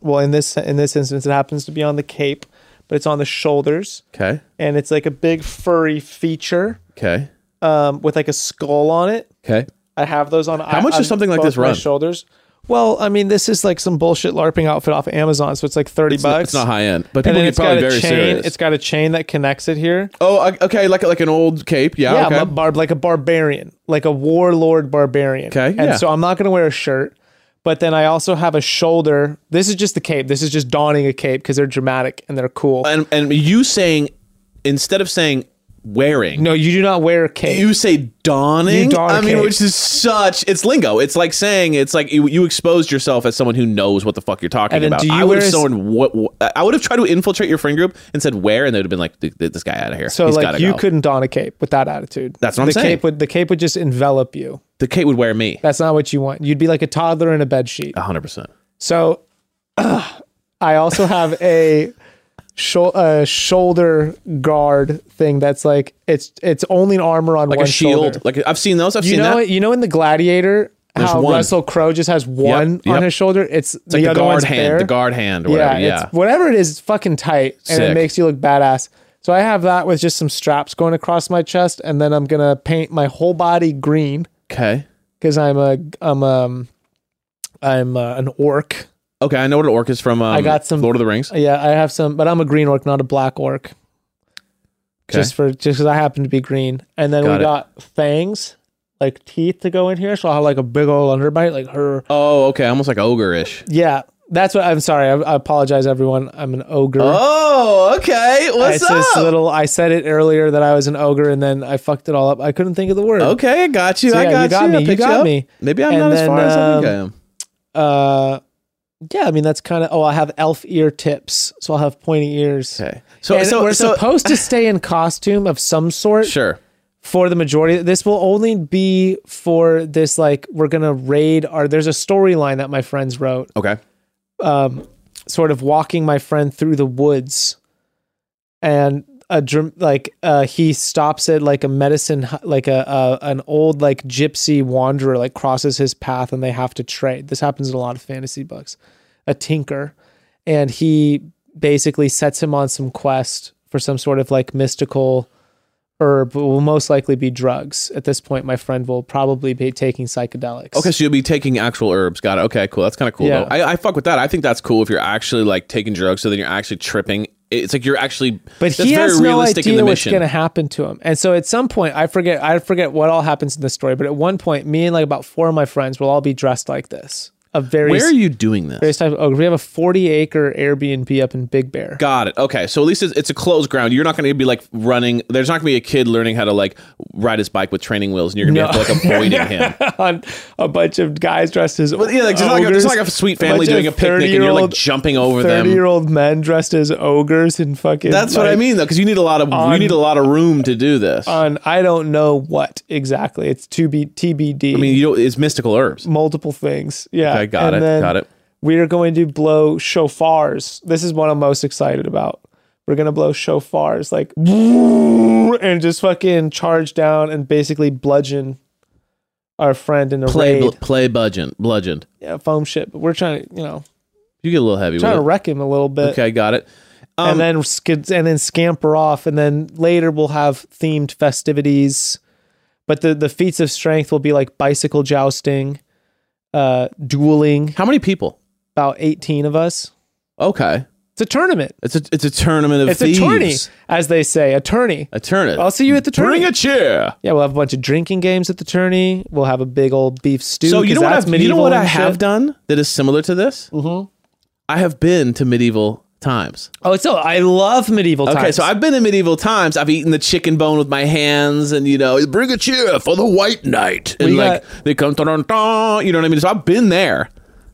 C: Well, in this in this instance, it happens to be on the cape, but it's on the shoulders,
B: okay,
C: and it's like a big furry feature
B: okay,
C: um, with like a skull on it.
B: okay.
C: I have those on. How
B: much does something like this
C: my
B: run?
C: Shoulders. Well, I mean, this is like some bullshit LARPing outfit off of Amazon, so it's like thirty
B: It's not,
C: bucks.
B: it's not high end, but people
C: And then
B: get
C: it's got
B: probably
C: a
B: very
C: chain.
B: serious.
C: It's got a chain that connects it here.
B: Oh, o- okay, like like an old cape. Yeah,
C: yeah,
B: Oh, okay.
C: I'm a barb like a barbarian, like a warlord barbarian.
B: Okay,
C: and
B: yeah.
C: so I'm not gonna wear a shirt, but then I also have a shoulder. This is just the cape. This is just donning a cape because they're dramatic and they're cool.
B: and and you saying instead of saying wearing,
C: no, you do not wear a cape.
B: you say donning.
C: You don
B: I
C: a
B: mean,
C: cape.
B: which is such it's lingo. It's like saying it's like you, you exposed yourself as someone who knows what the fuck you're talking
C: Evan,
B: about.
C: do you
B: I would have
C: wear a s-
B: someone what, I would have tried to infiltrate your friend group and said where, and they would have been like, "Th- th- this guy out of here.
C: so
B: He's
C: like
B: gotta
C: you
B: go.
C: couldn't don a cape with that attitude.
B: That's what I'm
C: the
B: saying.
C: Cape would, the cape would just envelop you.
B: the cape would wear me.
C: That's not what you want. You'd be like a toddler in a bed sheet.
B: hundred percent.
C: So I also have a, shou- a shoulder guard thing that's like it's it's only an armor on
B: Like
C: one
B: a shield.
C: shoulder.
B: Like I've seen those. I've
C: You
B: seen
C: know
B: that.
C: it. You know in the gladiator
B: There's
C: how
B: one.
C: Russell Crowe just has one
B: yep.
C: on his shoulder. It's
B: It's like the
C: other
B: guard
C: one's
B: hand,
C: there.
B: the guard hand, or whatever. Yeah.
C: It's, whatever it is, it's fucking tight and
B: Sick.
C: it makes you look badass. So I have that with just some straps going across my chest, and then I'm gonna paint my whole body green
B: okay.
C: because I'm a I'm um I'm uh, an orc.
B: Okay, I know what an orc is from. Um,
C: I got some-
B: Lord of the Rings.
C: Yeah, I have some, but I'm a green orc, not a black orc. Just for just because I happen to be green, and then we
B: Got it.
C: got fangs like teeth to go in here, so I'll have like a big old underbite, like her.
B: Oh, okay, almost like ogre-ish.
C: Yeah, that's what I'm sorry. I, I apologize, everyone. I'm an ogre.
B: Oh, okay. What's
C: it's
B: up?
C: this little. I said it earlier that I was an ogre, and then I fucked it all up. I couldn't think of the word.
B: okay, I got you.
C: So,
B: I
C: yeah,
B: got
C: you got me,
B: I
C: you
B: picked
C: got
B: up.
C: me.
B: Maybe I'm
C: And
B: not as
C: then,
B: far as I think I am.
C: um, Uh, yeah, I mean that's kind of. Oh, I'll have elf ear tips, so I'll have pointy ears.
B: Okay. So,
C: and
B: so,
C: we're
B: so,
C: supposed to stay in costume of some sort
B: sure.
C: for the majority. This will only be for this. Like we're gonna raid. Our there's a storyline that my friends wrote,
B: Okay.
C: um, sort of walking my friend through the woods, and a dr- like uh, he stops at like a medicine hu- like a uh, an old like gypsy wanderer like crosses his path and they have to trade. This happens in a lot of fantasy books. A tinker, and he basically sets him on some quest for some sort of like mystical herb. It will most likely be drugs. At this point, my friend will probably be taking psychedelics.
B: Okay, so you'll be taking actual herbs. Got it. Okay, cool. That's kind of cool.
C: Yeah.
B: Though. I, I fuck with that. I think that's cool if you're actually like taking drugs, so then you're actually tripping. It's like you're actually. that's
C: But he
B: very
C: has no
B: realistic in
C: idea
B: the
C: what's
B: mission.
C: going to happen to him. And so at some point, I forget, I forget what all happens in the story. But at one point, me and like about four of my friends will all be dressed like this. A very
B: Where are you doing this?
C: various type of ogre. We have a forty-acre Airbnb up in Big Bear.
B: Got it. Okay, so at least it's, it's a closed ground. You're not going to be like running. There's not going to be a kid learning how to like ride his bike with training wheels, and you're going to be have to, like avoiding him.
C: on a bunch of guys dressed as
B: But yeah, like just, like, a- just like a sweet family doing a picnic, and you're like jumping over them.
C: Thirty-year-old men dressed as ogres and fucking.
B: That's what I
C: like,
B: mean, though, because you need a lot of you
C: on-
B: need a lot of room to do this.
C: On I don't know what exactly. It's to be TBD.
B: I mean, you don't, it's mystical herbs.
C: multiple things.
B: Okay,
C: Yeah.
B: got
C: And
B: it,
C: then
B: got it.
C: We are going to blow shofars. This is what I'm most excited about. We're gonna blow shofars like and just fucking charge down and basically bludgeon our friend in a
B: Play bl-
C: raid.
B: play bludgeon bludgeoned.
C: yeah, foam shit. But we're trying to, you know,
B: You get a little heavy. With
C: trying to
B: it.
C: wreck him a little bit.
B: Okay, Um, got it.
C: and then skid and then scamper off and then later we'll have themed festivities but the the feats of strength will be like bicycle jousting uh dueling
B: How many people?
C: about 18 of us
B: Okay,
C: it's a tournament
B: it's a it's a tournament of
C: it's
B: thieves.
C: a tourney as they say a tourney
B: A tournament.
C: i'll see you at the tourney
B: Bring a chair.
C: yeah we'll have a bunch of drinking games at the tourney we'll have a big old beef stew
B: so you
C: 'cause
B: know what
C: that's
B: I've, you know what
C: medieval
B: I
C: and
B: have
C: shit.
B: done that is similar to this.
C: Mhm.
B: I have been to medieval times.
C: oh so i love medieval
B: Okay,
C: times.
B: so I've been in medieval times. I've eaten the chicken bone with my hands, and you know, bring a chair for the white knight, and
C: We
B: like
C: got-
B: they come, dun, dun, dun, you know what I mean. So I've been there.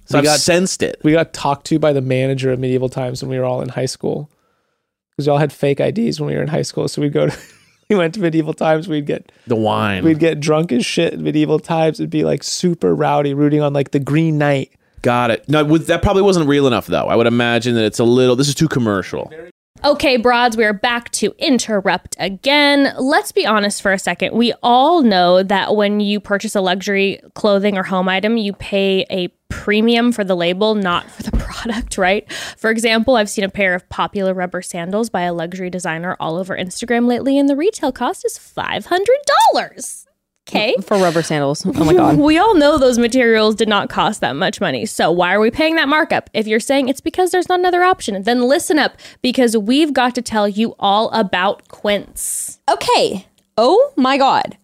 B: So I've
C: got-
B: sensed it.
C: we got talked to by the manager of medieval times when we were all in high school because we all had fake IDs when we were in high school. So we'd go to, we went to medieval times. We'd get,
B: The wine.
C: we'd get drunk as shit in medieval times. It'd be like super rowdy, rooting on like the Green Knight.
B: Got it. No, with, that probably wasn't real enough, though. I would imagine that it's a little. This is too commercial.
D: Okay, broads, we are back to interrupt again. Let's be honest for a second. We all know that when you purchase a luxury clothing or home item, you pay a premium for the label, not for the product, right? For example, I've seen a pair of popular rubber sandals by a luxury designer all over Instagram lately, and the retail cost is $500. Okay.
E: for rubber sandals. Oh my god.
D: We all know those materials did not cost that much money. So why are we paying that markup? If you're saying it's because there's not another option, then listen up because we've got to tell you all about Quince.
E: Okay. Oh my god.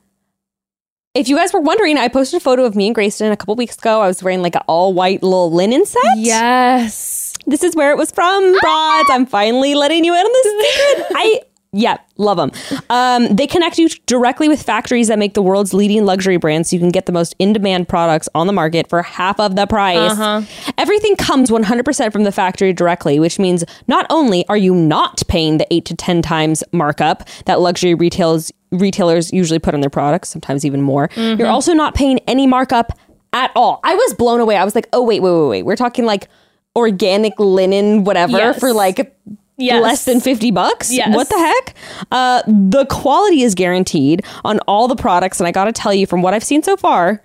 E: If you guys were wondering, I posted a photo of me and Grayson a couple weeks ago. I was wearing like an all white little linen set.
D: Yes.
E: This is where it was from, broads. I'm finally letting you in on this secret. I yeah, love them. Um, they connect you directly with factories that make the world's leading luxury brands, so you can get the most in-demand products on the market for half of the price. Everything comes 100% from the factory directly, which means not only are you not paying the eight to ten times markup that luxury retails retailers usually put on their products, sometimes even more. You're also not paying any markup at all. I was blown away. I was like, oh wait, wait, wait, wait. We're talking like organic linen, whatever,
D: Yes.
E: for like
D: Yes.
E: less than 50 bucks.
D: Yes.
E: What the heck? Uh, the quality is guaranteed on all the products. And I got to tell you, from what I've seen so far,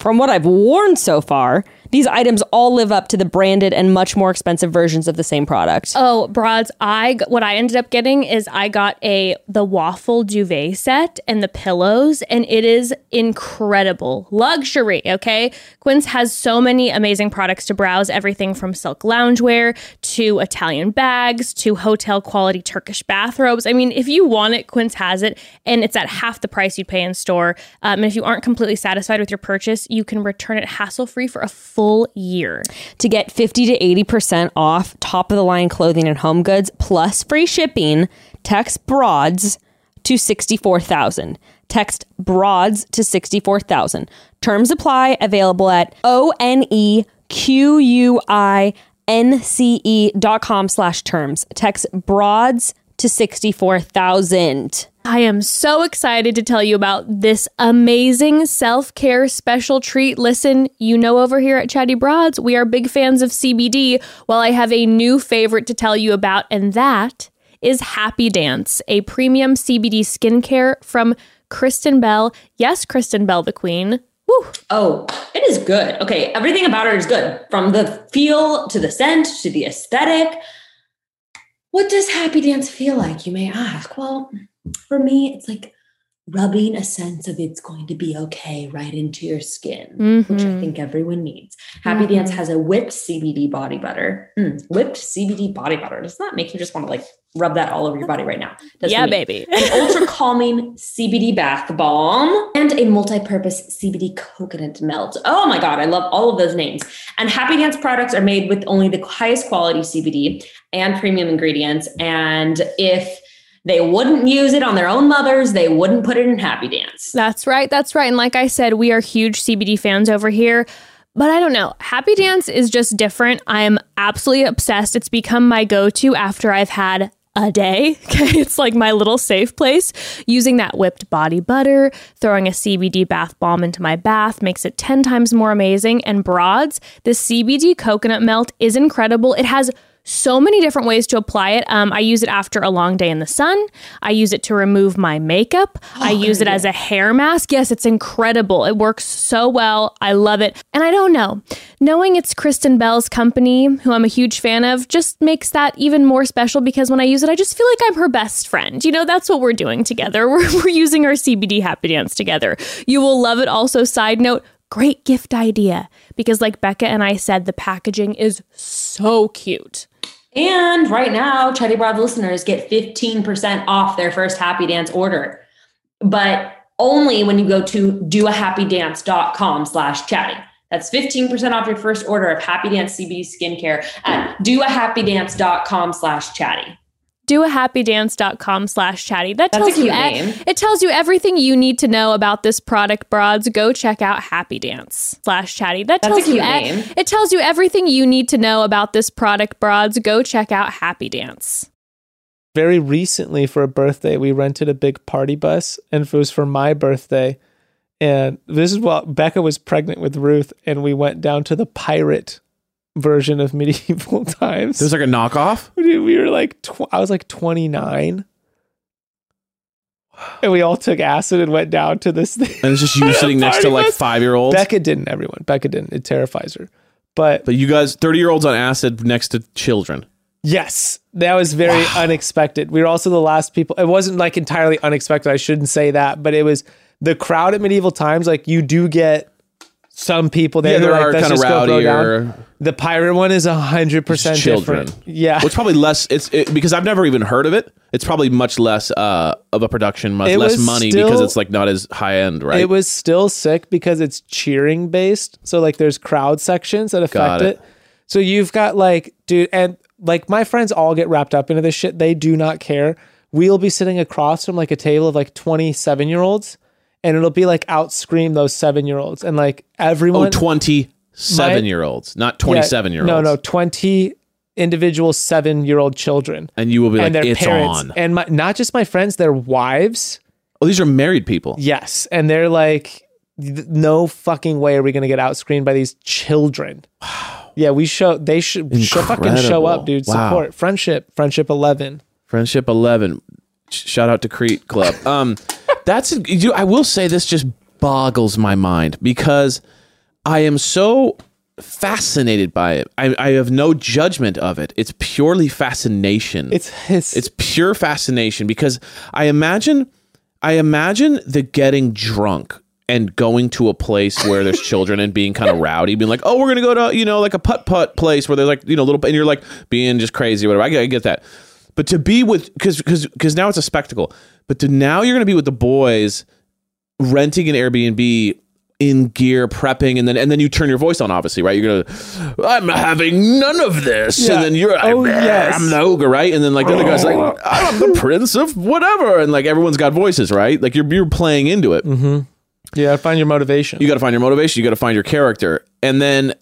E: From what I've worn so far, these items all live up to the branded and much more expensive versions of the same product.
D: Oh, broads! I g- what I ended up getting is I got a the waffle duvet set and the pillows, and it is incredible luxury. Okay, Quince has so many amazing products to browse. Everything from silk loungewear to Italian bags to hotel quality Turkish bathrobes. I mean, if you want it, Quince has it, and it's at half the price you'd pay in store. Um, and if you aren't completely satisfied with your purchase, you can return it hassle free for a full year.
E: to get 50 to 80% off top of the line clothing and home goods plus free shipping, text broads to 64,000. Text broads to 64,000. Terms apply available at O N E Q U I N C E dot com slash terms. Text broads to 64,000.
D: I am so excited to tell you about this amazing self care special treat. Listen, you know, over here at Chatty Broads, we are big fans of CBD. Well, I have a new favorite to tell you about, and that is Happy Dance, a premium CBD skincare from Kristen Bell. Yes, Kristen Bell, the queen. Woo!
F: Oh, it is good. Okay, everything about her is good from the feel to the scent to the aesthetic. What does happy dance feel like, you may ask? Well, for me, it's like rubbing a sense of it's going to be okay right into your skin, which I
D: Mhm.
F: think everyone needs. Happy Dance
D: Mhm.
F: has a whipped CBD body butter. Mm, whipped CBD body butter. Does that make you just want to like rub that all over your body right now? Does
D: Yeah,
F: me
D: baby.
F: an ultra calming CBD bath bomb, and a multi purpose CBD coconut melt. Oh my God, I love all of those names. And Happy Dance products are made with only the highest quality CBD and premium ingredients. And if they wouldn't use it on their own mothers, they wouldn't put it in Happy Dance.
D: That's right. That's right. And like I said, we are huge CBD fans over here. But I don't know. Happy Dance is just different. I am absolutely obsessed. It's become my go to after I've had a day. Okay. It's like my little safe place. Using that whipped body butter, throwing a CBD bath bomb into my bath makes it 10 times more amazing. And broads, the CBD coconut melt is incredible. It has so many different ways to apply it. Um, I use it after a long day in the sun. I use it to remove my makeup. I use it as a hair mask. Yes, it's incredible. It works so well. I love it. And I don't know, knowing it's Kristen Bell's company, who I'm a huge fan of, just makes that even more special because when I use it, I just feel like I'm her best friend. You know, that's what we're doing together. We're, we're using our CBD happy dance together. You will love it. Also, side note, great gift idea because like becca and i said the packaging is so cute
F: And right now, Chatty Broad listeners get 15% off their first Happy Dance order. But only when you go to doahappydance.com slash chatty. That's 15% off your first order of Happy Dance CBD skincare at doahappydance.com slash chatty.
D: doahappydance.com slash chatty that
F: That's a
D: tells you
F: cute
D: e-
F: name.
D: it tells you everything you need to know about this product broads go check out happy dance slash chatty that
F: That's a
D: tells you e-
F: cute name.
D: it tells you everything you need to know about this product broads go check out happy dance
C: very recently for a birthday we rented a big party bus and it was for my birthday and this is while becca was pregnant with ruth and we went down to the pirate version of medieval times
B: There's like a knockoff.
C: we we were like tw- i was like 29 and we all took acid and went down to this thing
B: And it's just you sitting next to like
C: Party bus.
B: five year olds.
C: becca didn't everyone becca didn't it terrifies her but
B: But you guys, 30 year olds on acid next to children.
C: Yes, that was very unexpected. We were also the last people. It wasn't like entirely unexpected. I shouldn't say that, but it was the crowd at medieval times. Like you do get some people there.
B: Yeah,
C: who
B: there
C: like,
B: are
C: "Let's
B: kinda
C: just go blow down."
B: rowdier-
C: The pirate one is hundred percent
B: children.
C: different. Yeah,
B: Well, it's probably less. It's it, because I've never even heard of it. It's probably much less uh, of a production, much
C: It
B: less
C: was
B: money
C: still-
B: because it's like not as high end, right?
C: It was still sick because it's cheering based. So like there's crowd sections that affect
B: Got
C: it.
B: it.
C: So you've got like dude and like my friends all get wrapped up into this shit. They do not care. We'll be sitting across from like a table of like 27 year olds and it'll be like out scream those 7 year olds and like
B: oh,
C: everyone
B: 27
C: My-
B: year olds, not
C: yeah,
B: 27 year olds.
C: No, no, 20 individual 7 year old children.
B: And you will be
C: and
B: like,
C: their
B: it's
C: parents
B: on.
C: and my, not just my friends, their wives.
B: oh, these are married people.
C: Yes, and they're like, "Th- no fucking way are we gonna get outscreened by these children. Wow. Yeah, we show they should show fucking show
B: Incredible.
C: up, dude.
B: Wow.
C: Support friendship, friendship eleven.
B: Friendship 11. Sh- Shout out to Crete Club. Um, that's you. I will say this just boggles my mind because I am so fascinated by it. I, I have no judgment of it. It's purely fascination.
C: It's his.
B: it's pure fascination because I imagine I imagine the getting drunk and going to a place where there's children and being kind of rowdy, being like, "Oh, we're gonna go to you know like a putt putt place where they're like you know little," and you're like being just crazy, or whatever. I get, I get that, but to be with because because because now it's a spectacle. But to now you're gonna be with the boys, renting an Airbnb in gear prepping and then and then you turn your voice on obviously right you're gonna i'm having none of this
C: Yeah.
B: and then you're
C: Oh,
B: I'm, eh,
C: yes.
B: I'm the ogre right and then like the other guy's like i'm the prince of whatever and like everyone's got voices right like you're, you're playing into it
C: Mm-hmm. yeah, find your motivation.
B: you got to find your motivation you got to find your character and then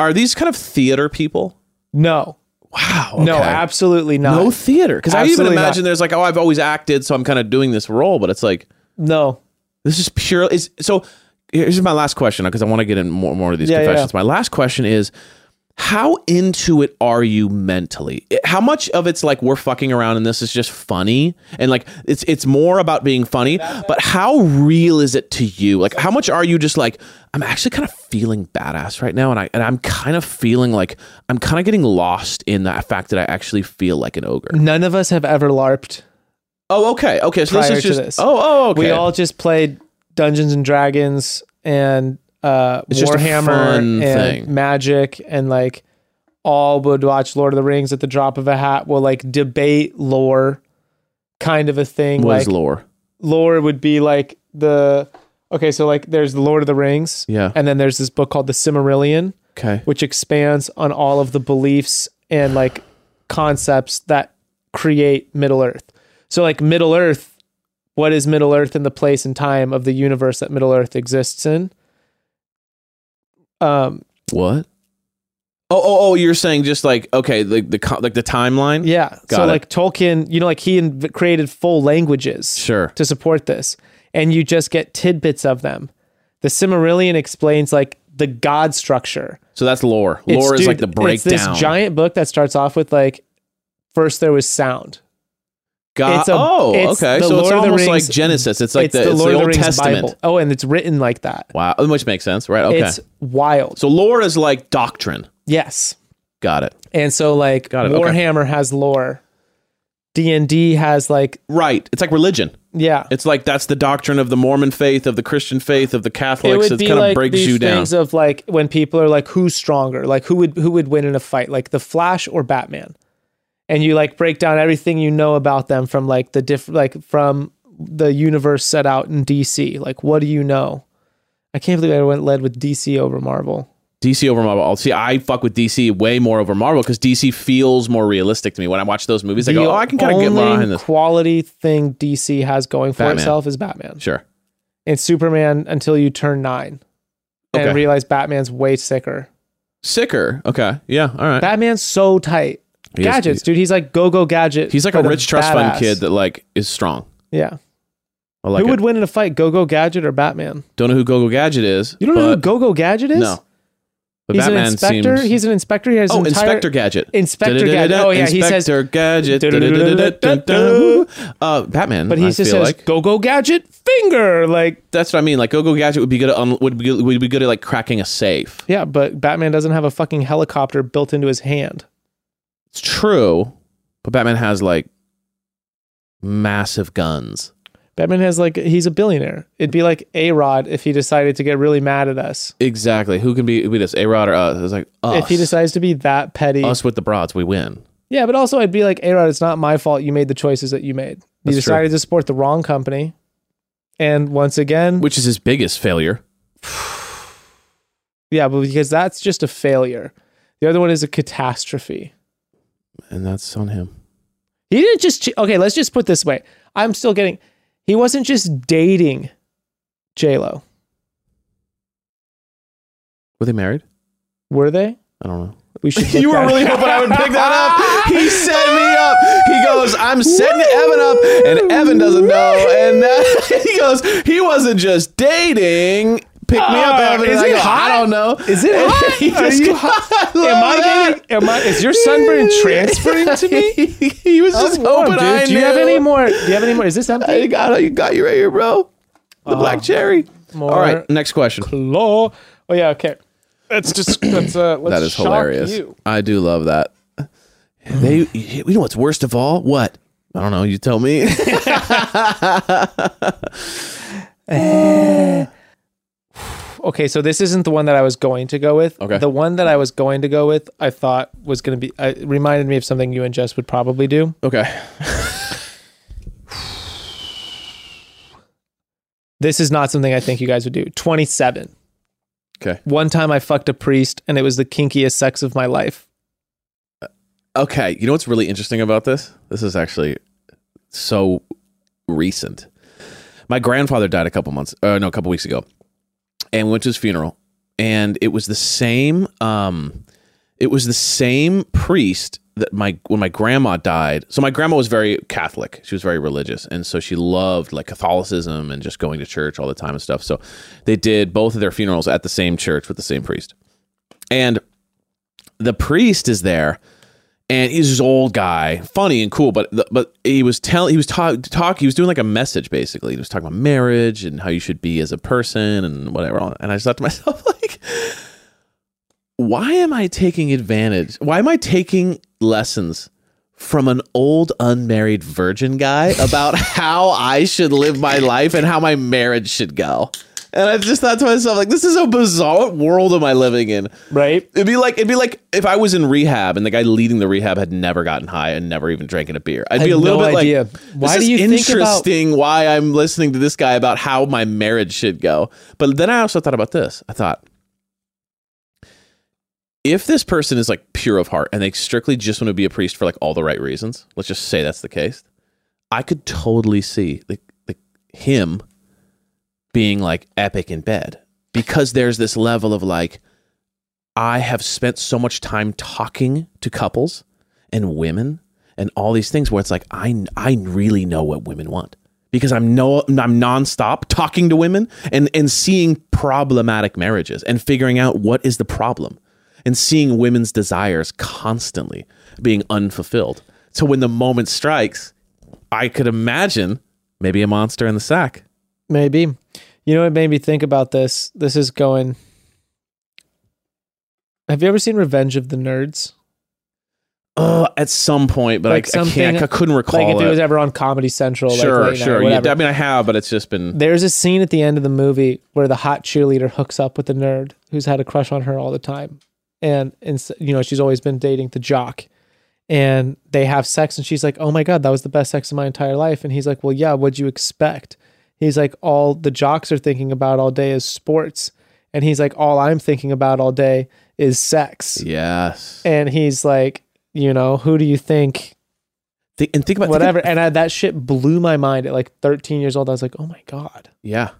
B: are these kind of theater people
C: no,
B: wow
C: no,
B: okay.
C: absolutely not.
B: no theater because i even
C: Absolutely not.
B: imagine there's like oh i've always acted so i'm kind of doing this role but it's like
C: no.
B: This is pure. Is so. Here's my last question because I want to get in more more of these
C: Yeah, yeah.
B: confessions. My last question is, how into it are you mentally? It- How much of it's like we're fucking around and this is just funny, and like it's it's more about being funny. But how real is it to you? Like how much are you just like I'm actually kind of feeling badass right now, and I and I'm kind of feeling like I'm kind of getting lost in the fact that I actually feel like an ogre.
C: None of us have ever LARPed.
B: Oh, okay, okay. So
C: Prior
B: this
C: to
B: is just
C: this.
B: oh oh okay.
C: We all just played Dungeons and Dragons and uh,
B: It's just a
C: Warhammer
B: fun
C: and
B: thing.
C: Magic and like all would watch Lord of the Rings at the drop of a hat. We'll like debate lore, kind of a thing.
B: what
C: like
B: is lore?
C: lore would be like the okay, so like there's the Lord of the Rings,
B: Yeah.
C: and then there's this book called the Cimmerillion,
B: Okay.
C: which expands on all of the beliefs and like concepts that create Middle Earth. So like Middle Earth, what is Middle Earth in the place and time of the universe that Middle Earth exists in? Um
B: What? Oh, oh, oh! You're saying just like okay, like the co- like the timeline.
C: yeah, so
B: Got it.
C: like Tolkien, you know like he inv- created full languages.
B: Sure.
C: to support this. And you just get tidbits of them. The Cimmerillion explains like the god structure.
B: So that's lore.
C: It's,
B: lore is
C: dude,
B: like the breakdown.
C: It's this giant book that starts off with like first there was sound.
B: God.
C: it's a-
B: oh,
C: it's
B: okay.
C: the
B: So it's
C: Lord of the
B: almost
C: Rings-
B: like Genesis. It's like
C: it's
B: the, it's the Old Testament.
C: Oh, and it's written like that.
B: Wow, which makes sense, right? Okay.
C: It's wild.
B: so lore is like doctrine.
C: yes.
B: Got it.
C: And so like
B: Got it, okay.
C: Warhammer has lore. D&D has like
B: Right. It's like religion.
C: yeah.
B: It's like that's the doctrine of the Mormon faith, of the Christian faith, of the
C: it
B: Catholics.
C: would
B: It,
C: be
B: kind
C: like
B: of breaks
C: these
B: you down.
C: things of like when people are like, who's stronger? Like who would who would win in a fight? Like the Flash or Batman? And you like break down everything you know about them from like the diff like from the universe set out in DC. Like what do you know? I can't believe I went led with DC over Marvel.
B: DC over Marvel. I'll see. I fuck with DC way more over Marvel because DC feels more realistic to me when I watch those movies. I
C: the
B: go, oh, I can kind of get
C: only
B: behind this.
C: quality thing DC has going for
B: Batman.
C: itself is Batman
B: Sure.
C: and Superman until you turn nine
B: Okay.
C: and realize Batman's way sicker.
B: Sicker. Okay. Yeah. All right.
C: Batman's so tight.
B: He is-
C: gadgets, dude. He's like go go gadget.
B: He's like a
C: but
B: rich trust fund
C: badass.
B: kid that like is strong.
C: yeah.
B: I like
C: who
B: it.
C: would win in a fight, Go Go Gadget or Batman?
B: don't know who Gogo Gadget is.
C: You don't know who
B: but-
C: Go Go Gadget is?
B: No. But
C: he's
B: Batman
C: an inspector.
B: seems.
C: He's an inspector. He has
B: oh,
C: an entire-
B: Inspector Gadget.
C: Inspector
B: Da-da-da-da-da,
C: Gadget. Oh yeah, he says.
B: Inspector Gadget. da-da-da-da-da-da-da. Uh, Batman.
C: But he just says
B: like.
C: Go Go Gadget finger. Like
B: That's what I mean. Like Gogo Gadget would be good at un- would be good, would be good at like cracking a safe.
C: yeah, but Batman doesn't have a fucking helicopter built into his hand.
B: It's true, but Batman has like massive guns.
C: Batman has like he's a billionaire. It'd be like A Rod if he decided to get really mad at us.
B: Exactly. Who can be with us? A Rod or us? It's like us.
C: If he decides to be that petty,
B: us with the broads, we win.
C: Yeah, but also I'd be like, Arod, it's not my fault you made the choices that you made. You
B: That's true.
C: decided to support the wrong company. And once again,
B: Which is his biggest failure.
C: yeah, but because that's just a failure. The other one is a catastrophe.
B: and that's on him.
C: He didn't just ch- okay, let's just put it this way. I'm still getting he wasn't just dating J Lo,
B: Were they married?
C: were they?
B: I don't know.
C: We should
B: You
C: look
B: were
C: that
B: really
C: up.
B: hoping I would pick that up. He set me up. He goes, I'm setting Evan up, and Evan doesn't know. And uh, he goes, he wasn't just dating. Pick me up,
C: Oh,
B: Evan. And
C: is
B: I
C: it
B: go,
C: hot?
B: I don't know.
C: Is it
B: And
C: hot?
B: he
C: Are
B: just
C: you
B: goes, "I
C: Am
B: love
C: I
B: that."
C: getting am I is your sunburn transferring to me?
B: he was just
C: Come on,
B: hoping I
C: Do you have
B: knew.
C: any more? Do you have any more? Is this empty?
B: I got you got you right here, bro. The black cherry.
C: Uh, More
B: All right, next question.
C: law. Oh yeah, okay. That's just that's uh let's
B: that is
C: shock
B: hilarious.
C: you.
B: I do love that. They, you know, what's worst of all? What? I don't know. You tell me. Eh.
C: Okay, so this isn't the one that I was going to go with.
B: Okay.
C: The one that I was going to go with, I thought was going to be uh, it reminded me of something you and Jess would probably do.
B: okay.
C: This is not something I think you guys would do. 27.
B: Okay.
C: One time I fucked a priest and it was the kinkiest sex of my life.
B: Okay. You know what's really interesting about this? This is actually so recent. My grandfather died a couple months, uh, no, a couple weeks ago, and we went to his funeral, and it was the same. Um, it was the same priest that my when my grandma died. So my grandma was very Catholic. She was very religious, and so she loved like Catholicism and just going to church all the time and stuff. So they did both of their funerals at the same church with the same priest, and the priest is there and he's this old guy, funny and cool, but but he was telling he was talk, talk he was doing like a message basically. He was talking about marriage and how you should be as a person and whatever. And I just thought to myself like, why am I taking advantage? Why am I taking lessons from an old unmarried virgin guy about how I should live my life and how my marriage should go? And I just thought to myself like, this is a bizarre world am I living in?
C: Right?
B: It'd be like it'd be like if I was in rehab and the guy leading the rehab had never gotten high and never even drank in a beer. I'd
C: I
B: be a
C: have
B: little
C: no
B: bit
C: idea.
B: like, this
C: Why do
B: is
C: you think about-
B: interesting? why I'm listening to this guy about how my marriage should go? But then I also thought about this. I thought if this person is like pure of heart and they strictly just want to be a priest for like all the right reasons, let's just say that's the case. I could totally see like like him being like epic in bed because there's this level of like I have spent so much time talking to couples and women and all these things where it's like I I really know what women want because I'm no I'm nonstop talking to women and and seeing problematic marriages and figuring out what is the problem and seeing women's desires constantly being unfulfilled. So when the moment strikes, I could imagine maybe a monster in the sack.
C: Maybe. You know what made me think about this? This is going Have you ever seen Revenge of the Nerds?
B: Oh, at some point, but
C: Like
B: I, I
C: something-
B: can't. I couldn't recall
C: like if
B: it.
C: it was ever on Comedy Central
B: sure,
C: like late
B: sure.
C: night,
B: Yeah,
C: whatever.
B: I mean, I have, but it's just been.
C: There's a scene at the end of the movie where the hot cheerleader hooks up with the nerd who's had a crush on her all the time, and and you know she's always been dating the jock, and they have sex, and she's like, "Oh my god, that was the best sex of my entire life," and he's like, "Well, yeah, what'd you expect?" He's like, "All the jocks are thinking about all day is sports," and he's like, "All I'm thinking about all day is sex,"
B: Yes.
C: and he's like, "You know, who do you think?"
B: Thi- and think about think
C: Whatever,
B: ab-
C: and I, that shit blew my mind at like 13 years old. I was like, "Oh my god,
B: yeah.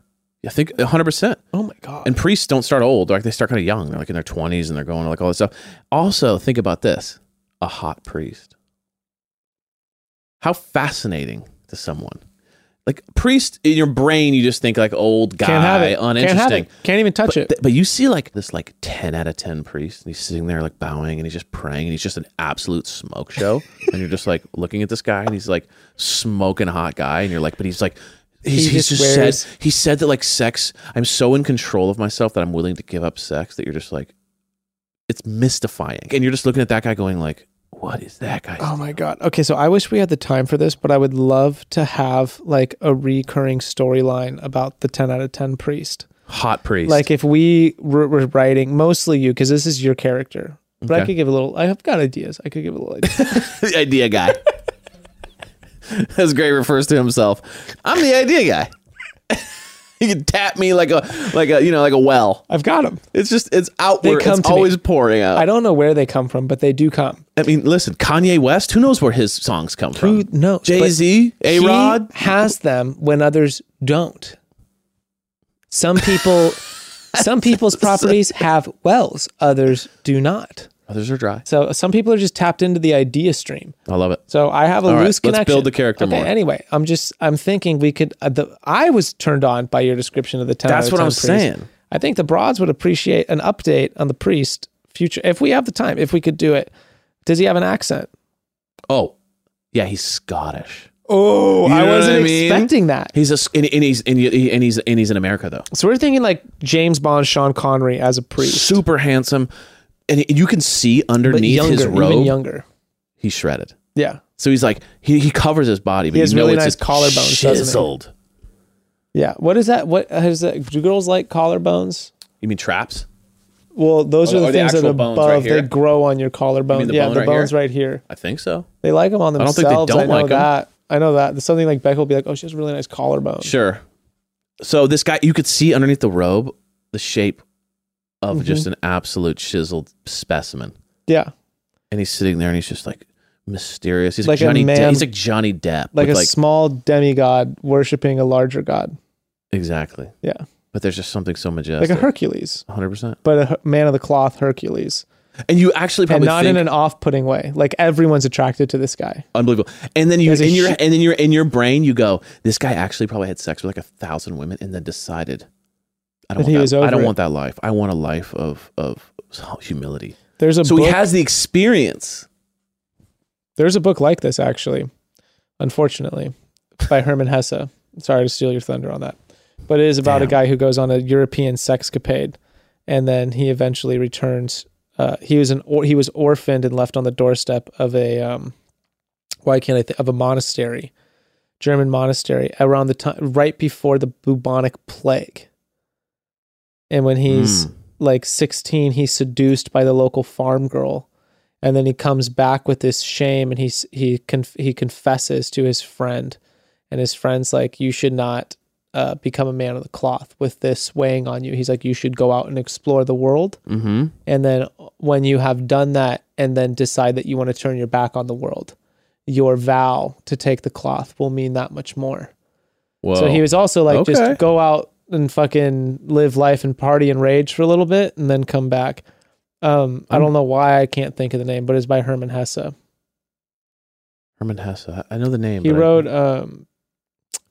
B: I think 100%.
C: oh my god!"
B: And priests don't start old. Like they start kind of young. They're like in their 20s and they're going like all this stuff. Also, think about this a hot priest. How fascinating to someone. Like priest in your brain, you just think like old guy,
C: Can't have it.
B: uninteresting.
C: Can't, have it. Can't even touch
B: but,
C: it.
B: th- but you see like this like 10 out of 10 priest and he's sitting there like bowing and he's just praying and he's just an absolute smoke show and you're just like looking at this guy and he's like smoking hot guy and you're like but he's like he's,
C: He
B: he's
C: just
B: just, said
C: wears-
B: he said that like sex I'm so in control of myself that I'm willing to give up sex that you're just like it's mystifying and you're just looking at that guy going like what is that guy
C: oh my god. Okay, so I wish we had the time for this, but I would love to have like a recurring storyline about the 10 out of 10 priest.
B: hot priest
C: Like if we were, were writing mostly you cuz this is your character. But I
B: Okay.
C: could give a little I've got ideas. I could give a little idea.
B: the idea guy as Gray refers to himself I'm the idea guy you can tap me like a like a you know like a well
C: I've got them.
B: It's just it's outward.
C: come
B: it's
C: to me.
B: always pouring out.
C: I
B: I,
C: don't know where they come from, but they do come.
B: mean, listen, Kanye West. Who knows where his songs come
C: Who
B: from?
C: knows?
B: Jay Z,
C: But
B: A
C: he
B: Rod.
C: has them when others don't. Some people some people's properties have wells, others do not.
B: Others are dry.
C: So some people are just tapped into the idea stream.
B: I love it.
C: So I have a
B: All right,
C: loose
B: let's
C: connection.
B: build the character
C: okay,
B: more.
C: Anyway, I'm just I'm thinking we could. Uh, the I was turned on by your description of the town.
B: That's what I'm saying.
C: I think the broads would appreciate an update on the priest future if we have the time. If we could do it, does he have an accent?
B: Oh, yeah, he's Scottish.
C: Oh,
B: You
C: I
B: know what
C: wasn't
B: I mean?
C: expecting that.
B: He's a s- and, and he's and, he- and he's and he's in America though.
C: So we're thinking like James Bond, Sean Connery as a priest,
B: Super handsome, and you can see
C: but
B: underneath
C: younger,
B: his
C: even
B: robe,
C: younger.
B: he's shredded.
C: Yeah,
B: So he's like he, he covers his body, but
C: He has
B: you know
C: really
B: it's
C: nice
B: just
C: collarbones, doesn't he?
B: chiseled.
C: yeah. What is that? What is that? Do girls like collarbones?
B: You mean traps?
C: Well, those
B: Oh,
C: are the
B: the
C: things that
B: actual
C: above
B: bones right here?
C: they grow on your collarbone.
B: the
C: yeah,
B: bone
C: the
B: right
C: bones
B: here?
C: right here.
B: I think so.
C: They like them on
B: don't
C: themselves.
B: think they don't
C: know
B: like 'em.
C: that. I know that. There's something like Becca will be like, "Oh, she has a really nice collarbone."
B: Sure. So this guy, you could see underneath the robe the shape of
C: Mm-hmm.
B: just an absolute chiseled specimen,
C: Yeah,
B: and he's sitting there and he's just like mysterious. He's like,
C: Like a
B: Johnny. Depp.
C: man-
B: He's like Johnny Depp.
C: like
B: with,
C: a small demigod worshiping a larger god.
B: exactly.
C: Yeah,
B: But there's just something so majestic.
C: like a Hercules,
B: 100%.
C: but a her- man of the cloth Hercules,
B: And you actually
C: and
B: probably
C: not
B: think,
C: in an off-putting way. Like everyone's attracted to this guy.
B: unbelievable. And then you
C: There's a
B: in your
C: hu-
B: and then your in your brain you go, this guy actually probably had sex with like a thousand women and then decided I don't
C: That he
B: want
C: was
B: that, I
C: over
B: don't
C: it.
B: want that life. I want a life of of humility.
C: There's a
B: So
C: book,
B: he has the experience.
C: there's a book like this actually, unfortunately, by Herman Hesse. Sorry to steal your thunder on that, but it is about a
B: Damn.
C: guy who goes on a European sexcapade, and then he eventually returns. Uh, he was an or, he was orphaned and left on the doorstep of a um, why can't I think of a monastery, German monastery around the time right before the bubonic plague. And when he's
B: Mm.
C: like 16, he's seduced by the local farm girl, and then he comes back with this shame, and he's he conf- he confesses to his friend, and his friend's like, "You should not uh, become a man of the cloth with this weighing on you." He's like, "You should go out and explore the world."
B: Mm-hmm.
C: And then when you have done that and then decide that you want to turn your back on the world, your vow to take the cloth will mean that much more.
B: Whoa.
C: So he was also like,
B: Okay.
C: just go out and fucking live life and party and rage for a little bit and then come back. Um, I don't know why I can't think of the name, but it's by Herman Hesse.
B: Herman Hesse. I- I know the name.
C: He
B: but I-
C: wrote um,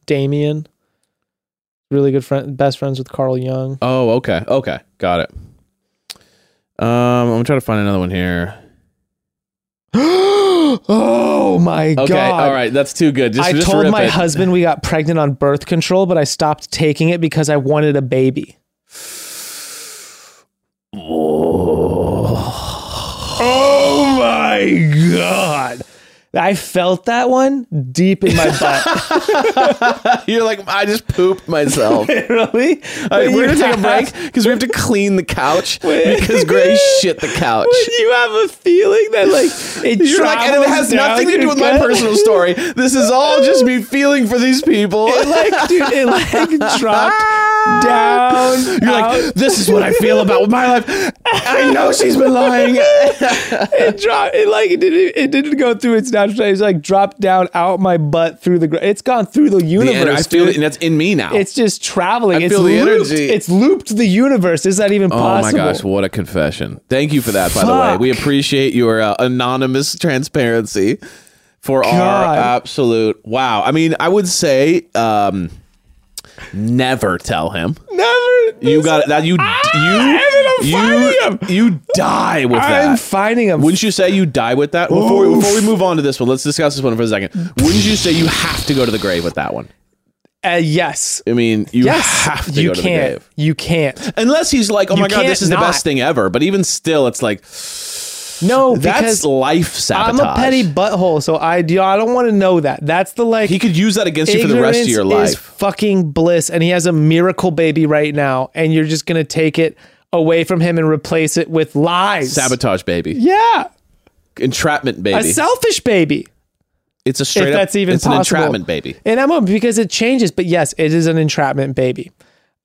C: Damien, really good friend, best friends with Carl Jung.
B: Oh, okay. Okay. Got it. Um, I'm gonna try to find another one here.
C: oh my
B: Okay,
C: god!
B: all right, that's too good. Just,
C: I
B: just
C: told
B: rip
C: my
B: it.
C: husband we got pregnant on birth control, but I stopped taking it because I wanted a baby. Oh my god. I felt that one deep in my butt.
B: You're like, I just pooped myself.
C: really?
B: All right,
C: When
B: we're gonna
C: you
B: take a
C: have-
B: break because we have to clean the couch because Gray shit the couch.
C: When you have a feeling that like it
B: You're like, and it
C: travels
B: has
C: down
B: nothing to
C: your
B: do with my
C: gut.
B: personal story. This is all just me feeling for these people.
C: It like, dude, it like dropped down.
B: You're
C: out.
B: like, this is what I feel about my life. I know she's been lying.
C: it dropped. It like it didn't. It didn't go through its natural. It's like dropped down out my butt through the. Gr- it's gone through the universe.
B: I feel
C: dude.
B: it, and that's in me now.
C: It's just traveling.
B: I
C: it's
B: feel the
C: looped.
B: energy.
C: It's looped the universe. Is that even
B: Oh
C: possible?
B: my gosh, what a confession. Thank you for that, by the way.
C: Fuck.
B: We appreciate your uh, anonymous transparency for our
C: God.
B: absolute wow. I mean, I would say um never tell him.
C: Never.
B: You got that you
C: "Ah,
B: you you, you die with that.
C: I'm finding him.
B: Wouldn't you say you die with that? Before we, before we move on to this one, let's discuss this one for a second. Wouldn't you say you have to go to the grave with that one?
C: Uh, yes.
B: I mean, you
C: Yes.
B: have to
C: you
B: go to the
C: can't.
B: grave.
C: You can't.
B: Unless he's like, oh
C: You
B: my God,
C: can't
B: this is the
C: not.
B: best thing ever. But even still, it's like,
C: No,
B: That's
C: because
B: life
C: I'm
B: sabotage.
C: a petty butthole. So I do. I don't want to know that. That's the like.
B: he could use that against you for the rest of
C: Ignorance
B: your
C: Is
B: life.
C: fucking bliss, and he has a miracle baby right now, and you're just gonna take it away from him and replace it with lies.
B: Sabotage, baby.
C: Yeah,
B: Entrapment,
C: a
B: baby.
C: selfish baby.
B: it's a straight
C: if
B: up.
C: that's even
B: it's an
C: possible.
B: entrapment, baby.
C: And I'm on- because it changes, but yes, it is an entrapment baby.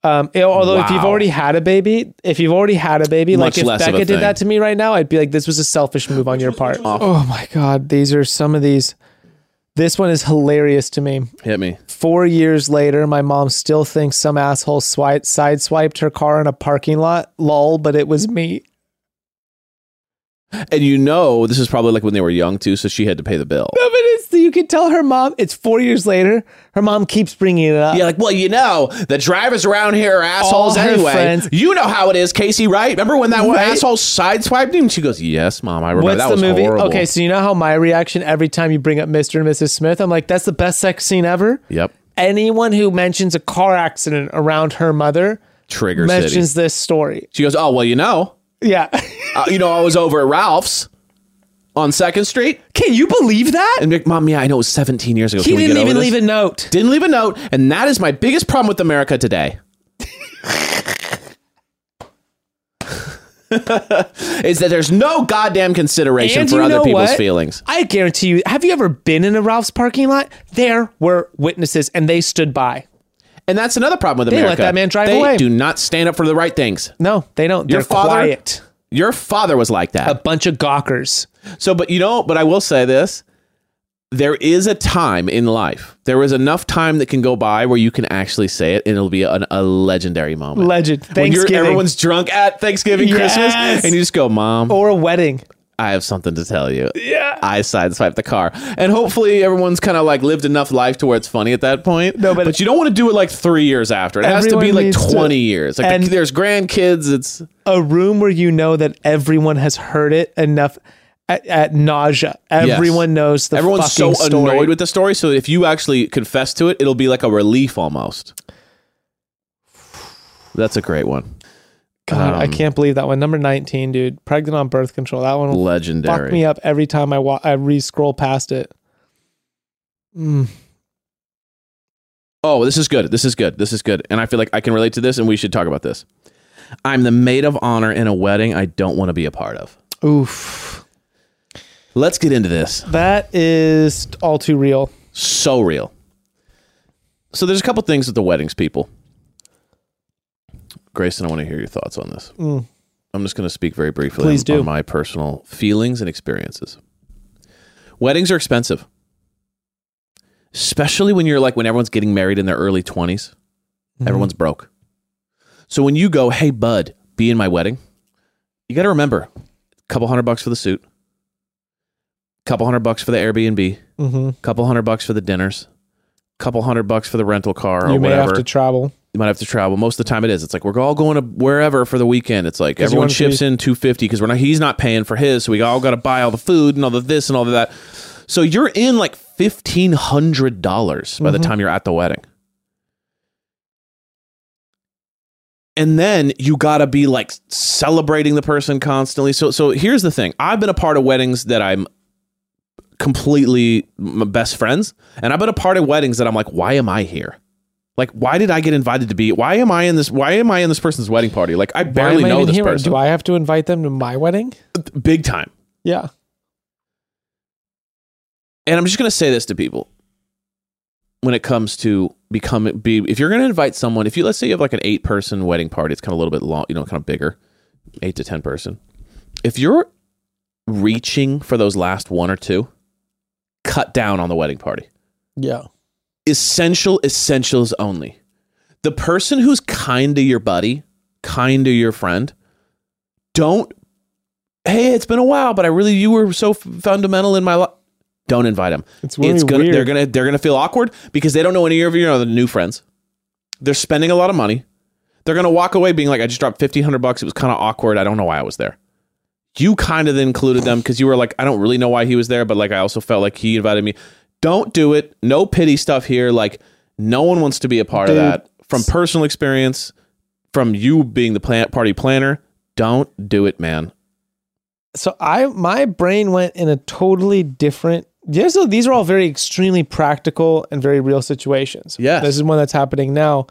C: Um, it- although if you've
B: Wow.
C: already had a baby, if you've already had a baby,
B: Much
C: like if
B: less of a
C: Becca did
B: thing.
C: that to me right now, I'd be like, this was a selfish move on your part. Oh my God. These are some of these. This one is hilarious to me.
B: Hit me.
C: Four years later, my mom still thinks some asshole swipe, sideswiped her car in a parking lot. Lol, but it was me.
B: And you know, this is probably like when they were young too, so she had to pay the bill.
C: But it's, you can tell her mom, it's four years later. Her mom keeps bringing it up.
B: Yeah, like, well, you know, the drivers around here are assholes
C: All her
B: anyway.
C: friends-
B: You know how it is, Casey, right? Remember when that one
C: Right.
B: asshole sideswiped him? She goes, Yes, mom, I remember
C: What's
B: that
C: the
B: was
C: movie?
B: horrible.
C: Okay, so you know how my reaction every time you bring up Mr. and Mrs. Smith, I'm like, that's the best sex scene ever.
B: Yep.
C: Anyone who mentions a car accident around her mother
B: Trigger City.
C: mentions this story.
B: She goes, Oh, well, you know.
C: Yeah.
B: Uh, you know, I was over at Ralph's on Second Street.
C: Can you believe that?
B: And Mick, Mom, yeah, I know it was 17 years ago.
C: he
B: Can we
C: didn't
B: get over
C: even
B: this?"
C: leave a note.
B: Didn't leave a note, and that is my biggest problem with America today. is that there's no goddamn consideration
C: And
B: for
C: you
B: other
C: know
B: people's
C: what?
B: feelings.
C: I guarantee you, have you ever been in a Ralph's parking lot? There were witnesses and they stood by.
B: And that's another problem with
C: They let
B: America.
C: that man drive
B: They
C: away.
B: do not stand up for the right things.
C: No, they don't.
B: Your
C: They're
B: father-
C: quiet.
B: Your father was like that.
C: A bunch of gawkers.
B: Uh, So, but you know, but I will say this. There is a time in life. There is enough time that can go by where you can actually say it, and it'll be an, a legendary moment.
C: Legend.
B: when you're,
C: Thanksgiving.
B: everyone's drunk at Thanksgiving,
C: Yes.
B: Christmas, and you just go, "Mom,
C: or a wedding.
B: I have something to tell you." Yeah, I sideswiped the car, and hopefully, everyone's kind of like lived enough life to where it's funny at that point.
C: No, but-
B: you don't want to do it like three years after. It has to be
C: Everyone
B: like
C: needs to-
B: twenty years. Like
C: and-
B: the, there's grandkids. It's
C: a room where you know that everyone has heard it enough at, at nausea. Everyone knows the
B: everyone's so
C: fucking story.
B: annoyed with the story. So if you actually confess to it, it'll be like a relief almost. That's a great one.
C: God, I
B: um,
C: can't believe that one. Number nineteen, dude, pregnant on birth control. That one will
B: Legendary.
C: Oh, fuck me up every time I wa- I re-scroll past it. Mm.
B: Oh, this is good. This is good. This is good. And I feel like I can relate to this and we should talk about this. I'm the maid of honor in a wedding I don't want to be a part of.
C: Oof,
B: Let's get into this.
C: that is all too real.
B: So real. So there's a couple things with the weddings people. Grayson, I want to hear your thoughts on this.
C: Mm.
B: I'm just going to speak very briefly
C: Please
B: on,
C: do.
B: on my personal feelings and experiences. Weddings are expensive. Especially when you're like when everyone's getting married in their early 20s.
C: Mm-hmm.
B: Everyone's broke. So when you go, hey, bud, be in my wedding, you got to remember a couple hundred bucks for the suit, couple hundred bucks for the Airbnb,
C: hmm
B: couple hundred bucks for the dinners, couple hundred bucks for the rental car or
C: You may
B: whatever.
C: have to travel.
B: you might have to travel. Most of the time it is. It's like we're all going to wherever for the weekend. It's like
C: 'Cause you
B: everyone
C: want it to
B: chips
C: be-
B: in 250 because we're not he's not paying for his, so we all got to buy all the food and all the this and all of that. So you're in like $1500 dollars by the
C: Mm-hmm.
B: time you're at the wedding. and then you gotta be like celebrating the person constantly so so here's the thing i've been a part of weddings that i'm completely my best friends and i've been a part of weddings that i'm like why am i here like why did i get invited to be why am i in this why am i in this person's wedding party like i
C: Why
B: barely
C: am I
B: know
C: even
B: this
C: here?
B: person
C: Do I have to invite them to my wedding?
B: big time
C: Yeah.
B: and i'm just gonna say this to people when it comes to becoming be if you're gonna invite someone if you let's say you have like an eight person wedding party it's kind of a little bit long you know kind of bigger eight to ten person if you're reaching for those last one or two cut down on the wedding party
C: Yeah.
B: essential essentials only the person who's kind to your buddy kind to your friend don't hey it's been a while but i really you were so f- fundamental in my life don't invite him
C: It's really
B: it's gonna,
C: weird.
B: They're gonna they're gonna feel awkward because they don't know any of your other new friends. They're spending a lot of money. They're gonna walk away being like, I just dropped fifteen hundred bucks. It was kind of awkward. I don't know why I was there. You kind of included them because you were like, I don't really know why he was there, but like I also felt like he invited me. Don't do it. No pity stuff here. Like no one wants to be a part
C: Dude.
B: of that. From personal experience, from you being the plan- party planner, don't do it, man.
C: so I my brain went in a totally different. Yes, so these are all very extremely practical and very real situations.
B: Yes.
C: this is one that's happening now.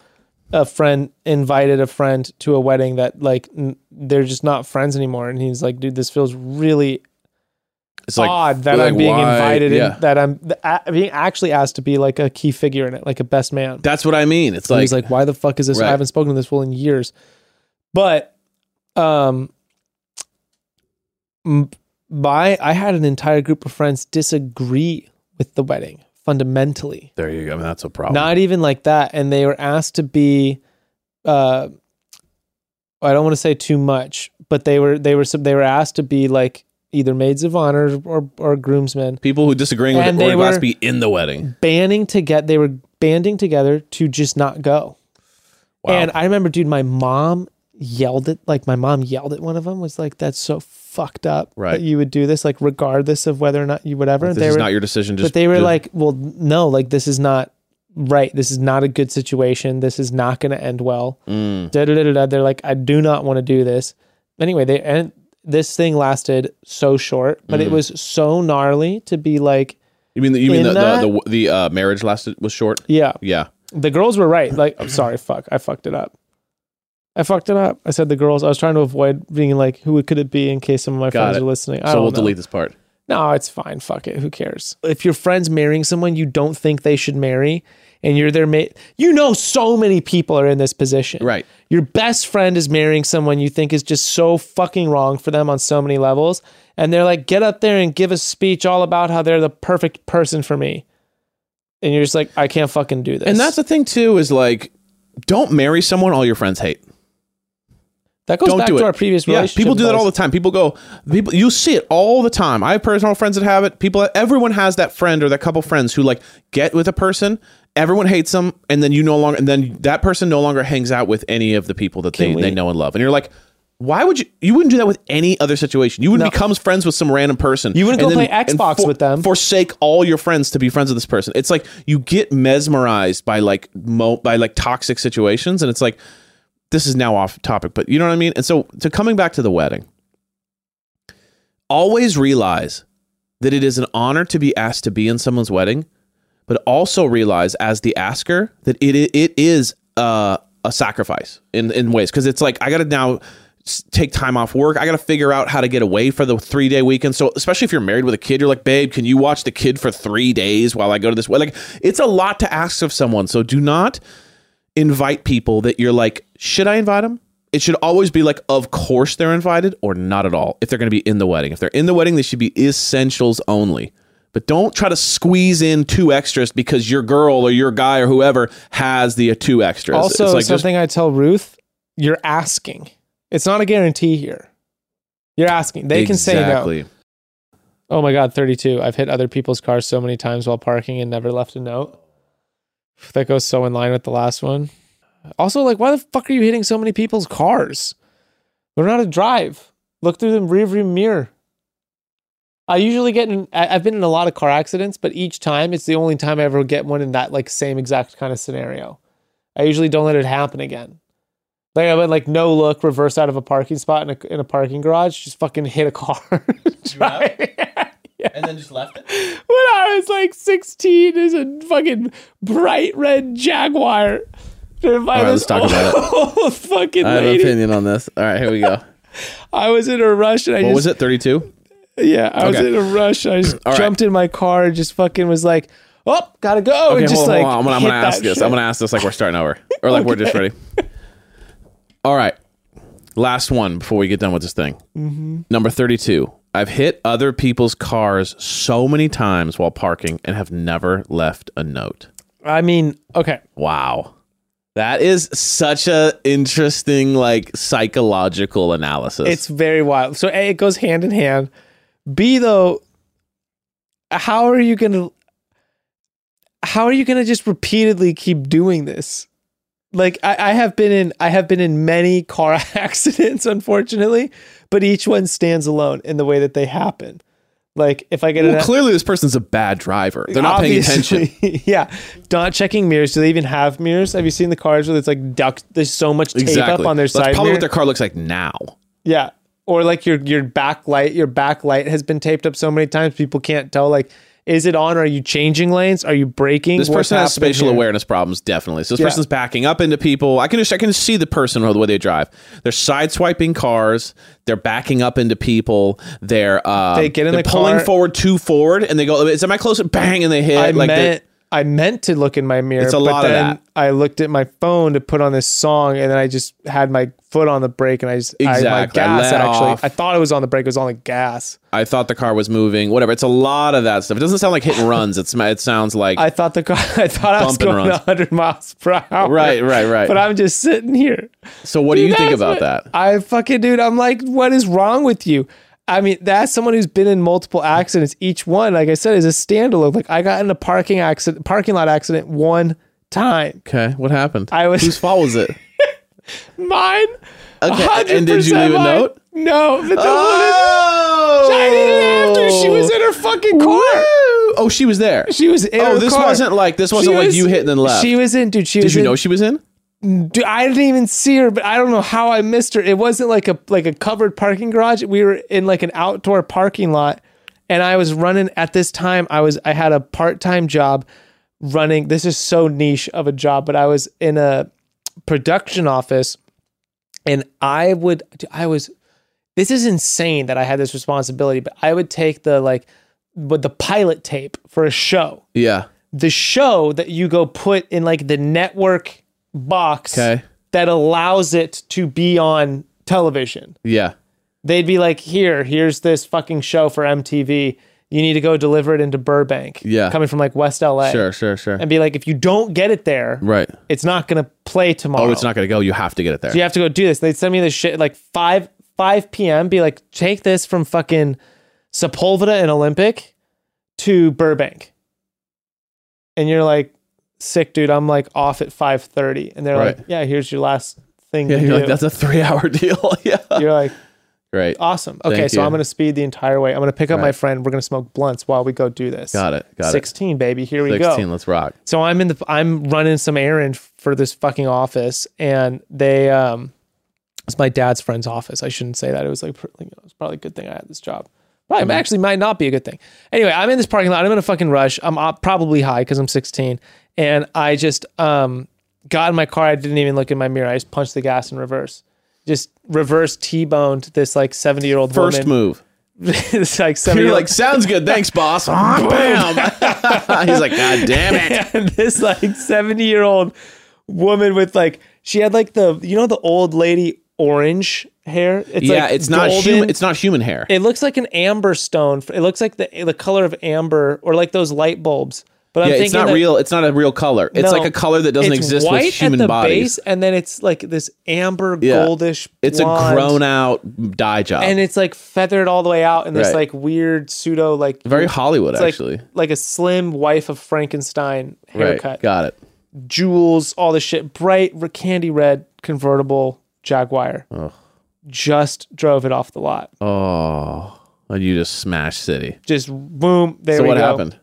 C: A friend invited a friend to a wedding that like n- they're just not friends anymore, and he's like, "Dude, this feels really
B: It's like
C: odd that
B: like,
C: I'm being
B: why-
C: invited,
B: Yeah.
C: in, that I'm th- a- being actually asked to be like a key figure in it, like a best man."
B: That's what I mean. It's
C: And
B: like,
C: he's like, why the fuck is this?
B: Right.
C: I haven't spoken to this fool in years. But, um, m- my I had an entire group of friends disagree with the wedding fundamentally.
B: there you go. that's a problem.
C: Not even like that, and they were asked to be. Uh, I don't want to say too much, but they were they were sub- they were asked to be like either maids of honor or, or groomsmen
B: People who disagreeing with
C: And
B: the
C: they
B: Order Glass
C: were-
B: be in the wedding.
C: banning to get they were banding together to just not go.
B: Wow.
C: And I remember, dude, my mom yelled at like my mom yelled at one of them was like, "That's so fucked up
B: Right.
C: that you would do this, like regardless of whether or not you whatever."
B: this
C: they
B: is
C: were,
B: not your decision. Just
C: but they were
B: just-
C: like, "Well, no, like this is not right. This is not a good situation. This is not going to end well."
B: Mm.
C: Da, da, da, da, da. They're like, "I do not want to do this." Anyway, they and this thing lasted so short, but
B: Mm.
C: it was so gnarly to be like,
B: You mean the, you mean
C: in
B: the
C: that-
B: the, the, the uh, marriage lasted was short?
C: "Yeah,
B: Yeah.
C: the girls were right. Like, I'm sorry, fuck, I fucked it up. I fucked it up. I said the girls. I was trying to avoid being like, who could it be in case some of my
B: Got
C: friends
B: it.
C: are listening. I
B: So
C: don't
B: we'll
C: know.
B: delete this part.
C: No, it's fine. Fuck it. Who cares? If your friend's marrying someone you don't think they should marry, and you're their mate, you know so many people are in this position.
B: Right.
C: Your best friend is marrying someone you think is just so fucking wrong for them on so many levels, and they're like, get up there and give a speech all about how they're the perfect person for me, and you're just like, I can't fucking do this.
B: And that's the thing too is like, don't marry someone all your friends hate.
C: That goes
B: don't
C: back
B: do it.
C: to our previous
B: Yeah,
C: relationship.
B: people do that all the
C: advice.
B: time. People go, people, you see it all the time. I have personal friends that have it. People, everyone has that friend or that couple friends who like get with a person. Everyone hates them, and then you no longer, and then that person no longer hangs out with any of the people that they,
C: Can we-
B: they know and love. And you're like, why would you? You wouldn't do that with any other situation. You wouldn't
C: No.
B: become friends with some random person.
C: You wouldn't
B: and
C: go play
B: and
C: Xbox with them.
B: Forsake all your friends to be friends with this person. It's like you get mesmerized by like mo- by like toxic situations, and it's like this is now off topic, but you know what I mean? And so to coming back to the wedding, always realize that it is an honor to be asked to be in someone's wedding, but also realize as the asker that it it is uh, a sacrifice in in ways because it's like I got to now s- take time off work. I got to figure out how to get away for the 3-day weekend. So especially if you're married with a kid, you're like, "Babe, can you watch the kid for 3 days while I go to this wedding?" Like it's a lot to ask of someone. So do not invite people that you're like, should I invite them? It should always be like, of course they're invited or not at all. If they're going to be in the wedding, if they're in the wedding, they should be essentials only. But don't try to squeeze in two extras because your girl or your guy or whoever has the two extras.
C: Also,
B: it's like just-
C: something I tell Ruth, you're asking. It's not a guarantee here. You're asking. They can say no.
B: exactly.
C: Oh my god, 32. I've hit other people's cars so many times while parking and never left a note. That goes so in line with the last one. Also, like, why the fuck are you hitting so many people's cars? Learn how to drive. Look through the rear view mirror. I usually get in, I- I've been in a lot of car accidents, but each time it's the only time I ever get one in that like same exact kind of scenario. I usually don't let it happen again. Like I went like no look, reverse out of a parking spot in a, in a parking garage, just fucking hit a car. Driving.
B: And then just left it.
C: when I was like 16 is a fucking bright red Jaguar. Driven by
B: All right,
C: this
B: let's talk about
C: old, fucking
B: I have an
C: lady.
B: opinion on this. All right, here we go.
C: I was in a rush and I
B: What
C: just
B: was it? 32?
C: yeah, I was
B: Okay.
C: in a rush. I just
B: right.
C: jumped in my car and just fucking was like, oh, gotta go.
B: Okay,
C: and just
B: hold on,
C: like,
B: hold on. I'm gonna, I'm
C: hit
B: gonna
C: that
B: ask this.
C: shit.
B: I'm gonna ask this like we're starting over, or like we're just ready. All right, last one before we get done with this thing.
C: Mm-hmm.
B: Number thirty-two. I've hit other people's cars so many times while parking and have never left a note.
C: I mean, okay.
B: Wow. That is such a interesting like psychological analysis.
C: It's very wild. So A, it goes hand in hand. B though, how are you gonna how are you gonna just repeatedly keep doing this? Like I, I have been in I have been in many car accidents, unfortunately, but each one stands alone in the way that they happen. Like if I get
B: well,
C: an
B: clearly this person's a bad driver. They're not paying attention.
C: Obviously, yeah. Not checking mirrors. Do they even have mirrors? Have you seen the cars where it's like duct there's so much tape
B: Exactly.
C: up on their
B: That's
C: side?
B: probably
C: mirror?
B: what their car looks like now.
C: Yeah. Or like your your backlight, your backlight has been taped up so many times people can't tell like is it on? Are you changing lanes? Are you braking?
B: This
C: What's
B: person has
C: happening
B: spatial
C: here?
B: awareness problems, definitely. So this
C: Yeah.
B: person's backing up into people. I can just I can see the person or the way they drive. They're sideswiping cars. They're backing up into people. They're uh,
C: They get in
B: they're
C: the
B: pulling
C: car.
B: forward two forward, and they go. Is am I close? Bang, and they hit.
C: I
B: like they-
C: meant I meant to look in my mirror,
B: It's a
C: but
B: lot of
C: then
B: that.
C: I looked at my phone to put on this song, and then I just had my foot on the brake, and I just I, my
B: Exactly. I
C: gas
B: let
C: actually.
B: off.
C: I thought it was on the brake, it was on the gas.
B: I thought the car was moving. Whatever. It's a lot of that stuff. It doesn't sound like hit and runs. It's it sounds like
C: I thought the car, I thought I was
B: Bump and
C: going
B: runs.
C: 100 miles per hour.
B: right, right, right.
C: But I'm just sitting here.
B: so what do you think
C: guys
B: about
C: would-
B: that?
C: I fucking dude, I'm like, what is wrong with you? I mean, that's someone who's been in multiple accidents. Each one, like I said, is a standalone. Like I got in a parking accident, parking lot accident one time.
B: Okay, what happened?
C: I was-
B: whose fault was it?
C: Mine.
B: Okay, and did you
C: 100%
B: leave a
C: mine.
B: note?
C: No, the oh!
B: Oh,
C: I did it after she was in her fucking car.
B: Woo! Oh, she was there.
C: She was in
B: oh,
C: her
B: this
C: car.
B: wasn't like this wasn't
C: She
B: like
C: was-
B: you hit and then left.
C: She was in, dude. She
B: Did
C: was
B: you
C: in,
B: know she was in?
C: Dude, I didn't even see her, but I don't know how I missed her. It wasn't like a like a covered parking garage. We were in like an outdoor parking lot, and I was running at this time. I was I had a part time job running. This is so niche of a job, but I was in a production office, and I would I was. This is insane that I had this responsibility, but I would take the like, but the pilot tape for a show
B: Yeah.
C: the show that you go put in like the network box
B: Okay.
C: that allows it to be on television.
B: Yeah.
C: They'd be like, here, here's this fucking show for MTV. You need to go deliver it into Burbank.
B: Yeah.
C: Coming from like West LA.
B: Sure. Sure. Sure.
C: And be like, if you don't get it there,
B: Right.
C: it's not going to play tomorrow.
B: Oh, it's not gonna go. You have to get it there.
C: So you have to go do this. They'd send me this shit like 5 5 p.m. Be like, take this from fucking Sepulveda and Olympic to Burbank. And you're like, sick, dude. I'm like off at 5:30. And they're
B: Right.
C: like, yeah, here's your last thing.
B: Yeah.
C: to
B: You're
C: do.
B: like that's a three-hour deal. yeah.
C: you're like,
B: Right.
C: awesome. Okay,
B: Thank
C: so
B: you.
C: I'm gonna speed the entire way. I'm gonna pick up my
B: Right.
C: friend. We're gonna smoke blunts while we go do this.
B: Got it. Got it.
C: 16, baby. Here we go.
B: Sixteen. Let's rock.
C: So I'm in the I'm running some errand for this fucking office, and they um, it's my dad's friend's office. I shouldn't say that. It was like pr- you know, it's probably a good thing I had this job. Probably
B: Mm-hmm.
C: actually might not be a good thing. Anyway, I'm in this parking lot. I'm in a fucking rush. I'm op- probably high because I'm 16, and I just um got in my car. I didn't even look in my mirror. I just punched the gas in reverse. Just reverse T-boned this like 70 year old
B: First
C: woman.
B: move.
C: it's like 70
B: You're like, sounds good. Thanks, boss. Bam. He's like, God damn it.
C: and this like 70 year old woman with like she had like the you know the old lady orange hair it's
B: yeah,
C: like,
B: it's not
C: golden.
B: human. It's not human hair.
C: it looks like an amber stone it looks like the the color of amber or like those light bulbs but i'm
B: yeah,
C: thinking
B: it's not
C: that-
B: real. It's not a real color. It's
C: no,
B: like a color that doesn't
C: it's
B: exist
C: white
B: with human
C: at the
B: bodies.
C: base and then it's like this amber
B: Yeah.
C: goldish
B: It's a
C: blonde,
B: grown out dye job.
C: and it's like feathered all the way out in this
B: Right.
C: like weird pseudo like
B: Very Hollywood,
C: it's like-
B: actually.
C: like a slim wife of frankenstein haircut
B: Right. Got it.
C: jewels, all this shit, bright r- candy red convertible Jaguar. Just drove it off the lot.
B: Oh, and you just smash city.
C: Just boom. There
B: so
C: we
B: what
C: go.
B: happened?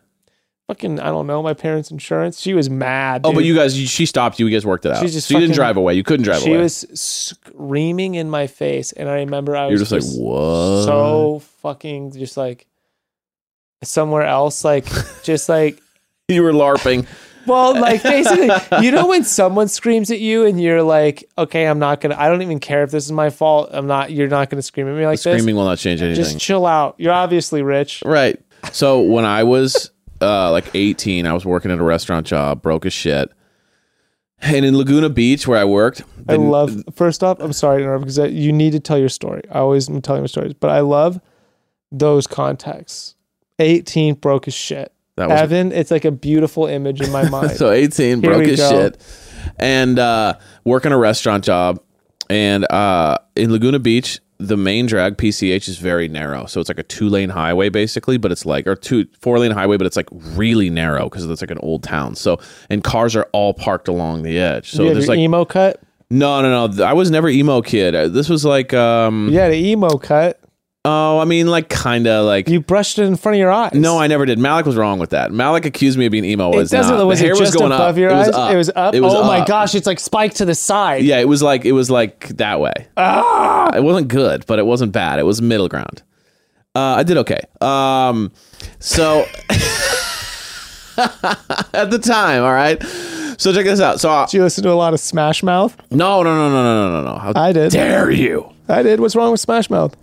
C: Fucking, I don't know. My parents' insurance. She was mad.
B: Oh, but
C: dude.
B: you guys, you, she stopped you. You guys worked it out.
C: She's just
B: so you didn't
C: fucking-
B: drive away. You couldn't drive
C: She
B: away.
C: was screaming in my face, and I remember I
B: you were
C: was
B: just like, what?
C: so fucking just like somewhere else, like just like
B: you were LARPing.
C: Well, like basically, you know when someone screams at you and you're like, "Okay, I'm not gonna. I don't even care if this is my fault. I'm not. You're not gonna scream at me like
B: Screaming will not change
C: this.
B: anything.
C: Just chill out. You're obviously rich.
B: Right. So when I was uh, like 18, I was working at a restaurant job, broke as shit. And in Laguna Beach, where I worked,
C: I
B: the-
C: love. First off, I'm sorry to interrupt because I, you need to tell your story. I always am telling my stories, but I love those contexts. 18 broke as shit.
B: that was
C: Evan, it's like a beautiful image in my mind.
B: so 18
C: Here
B: broke
C: we
B: his
C: go.
B: shit and uh working a restaurant job and uh in laguna beach the main drag pch is very narrow so it's like a two lane highway basically but it's like or two four lane highway but it's like really narrow because it's like an old town so and cars are all parked along the edge so
C: you had
B: there's
C: your
B: like
C: emo cut.
B: no no no i was never emo kid Uh, this was like um
C: You had an emo cut.
B: oh i mean like kinda like
C: You brushed it in front of your eyes.
B: no, I never did. Malik was wrong with that. Malik accused me of being emo. I
C: It
B: was
C: doesn't.
B: not.
C: Was
B: The
C: it
B: hair
C: just
B: was going
C: above
B: up.
C: your
B: It was
C: eyes? It was up.
B: It was
C: oh my
B: up.
C: gosh! It's like spiked to the side.
B: Yeah, it was like it was like that way.
C: Ah!
B: It wasn't good, but it wasn't bad. It was middle ground. Uh, I did okay. Um, so at the time, all right. So check this out. So I-
C: Did you listen to a lot of Smash Mouth?
B: no, no, no, no, no, no, no, no. How
C: I did.
B: dare you?
C: I did. What's wrong with Smash Mouth?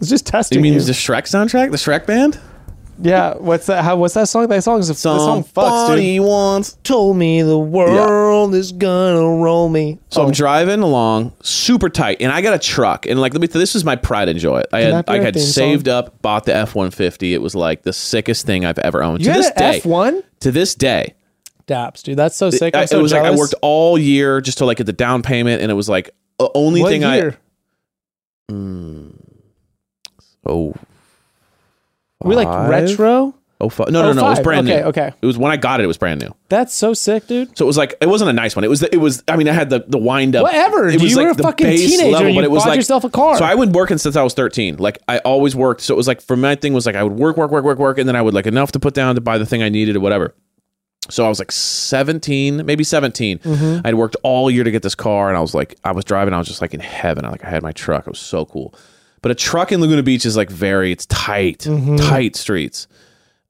C: It's just testing
B: You
C: you.
B: mean the Shrek soundtrack, the Shrek band?
C: yeah. What's that? How? What's that song? That song is a, that song fucks, dude.
B: Somebody wants.
C: Told me the world is gonna roll me.
B: So I'm driving along, super tight, and I got a truck. And like, let me. This is my pride and joy. I
C: that
B: had,
C: be
B: I
C: our
B: had
C: theme song?
B: saved up, bought the F150. It was like the sickest thing I've ever owned.
C: you
B: to
C: had
B: this
C: an
B: day,
C: F one
B: to this day,
C: daps, dude. That's so sick.
B: I,
C: I'm so
B: it was
C: jealous.
B: like I worked all year just to like get the down payment, and it was like the only
C: What
B: thing
C: year?
B: I Oh.
C: We like
B: five?
C: retro.
B: Oh, fi- no, no,
C: Oh,
B: no, It was
C: five.
B: brand
C: Okay,
B: new.
C: okay.
B: It was when I got it. It was brand new.
C: That's so sick, dude.
B: So it was like it wasn't a nice one. It was the, it was. I mean, I had the the wind up.
C: Whatever,
B: It
C: dude, you were a fucking
B: base
C: teenager and you bought yourself a car.
B: So I would working since I was thirteen. Like I always worked. So it was like for my thing was like I would work, work, work, work, work, and then I would like enough to put down to buy the thing I needed or whatever. So I was like 17, maybe 17.
C: Mm-hmm.
B: I'd worked all year to get this car and I was like, I was driving, I was just like in heaven. I like I had my truck. It was so cool. But a truck in Laguna Beach is like very, it's tight,
C: Mm-hmm.
B: tight streets.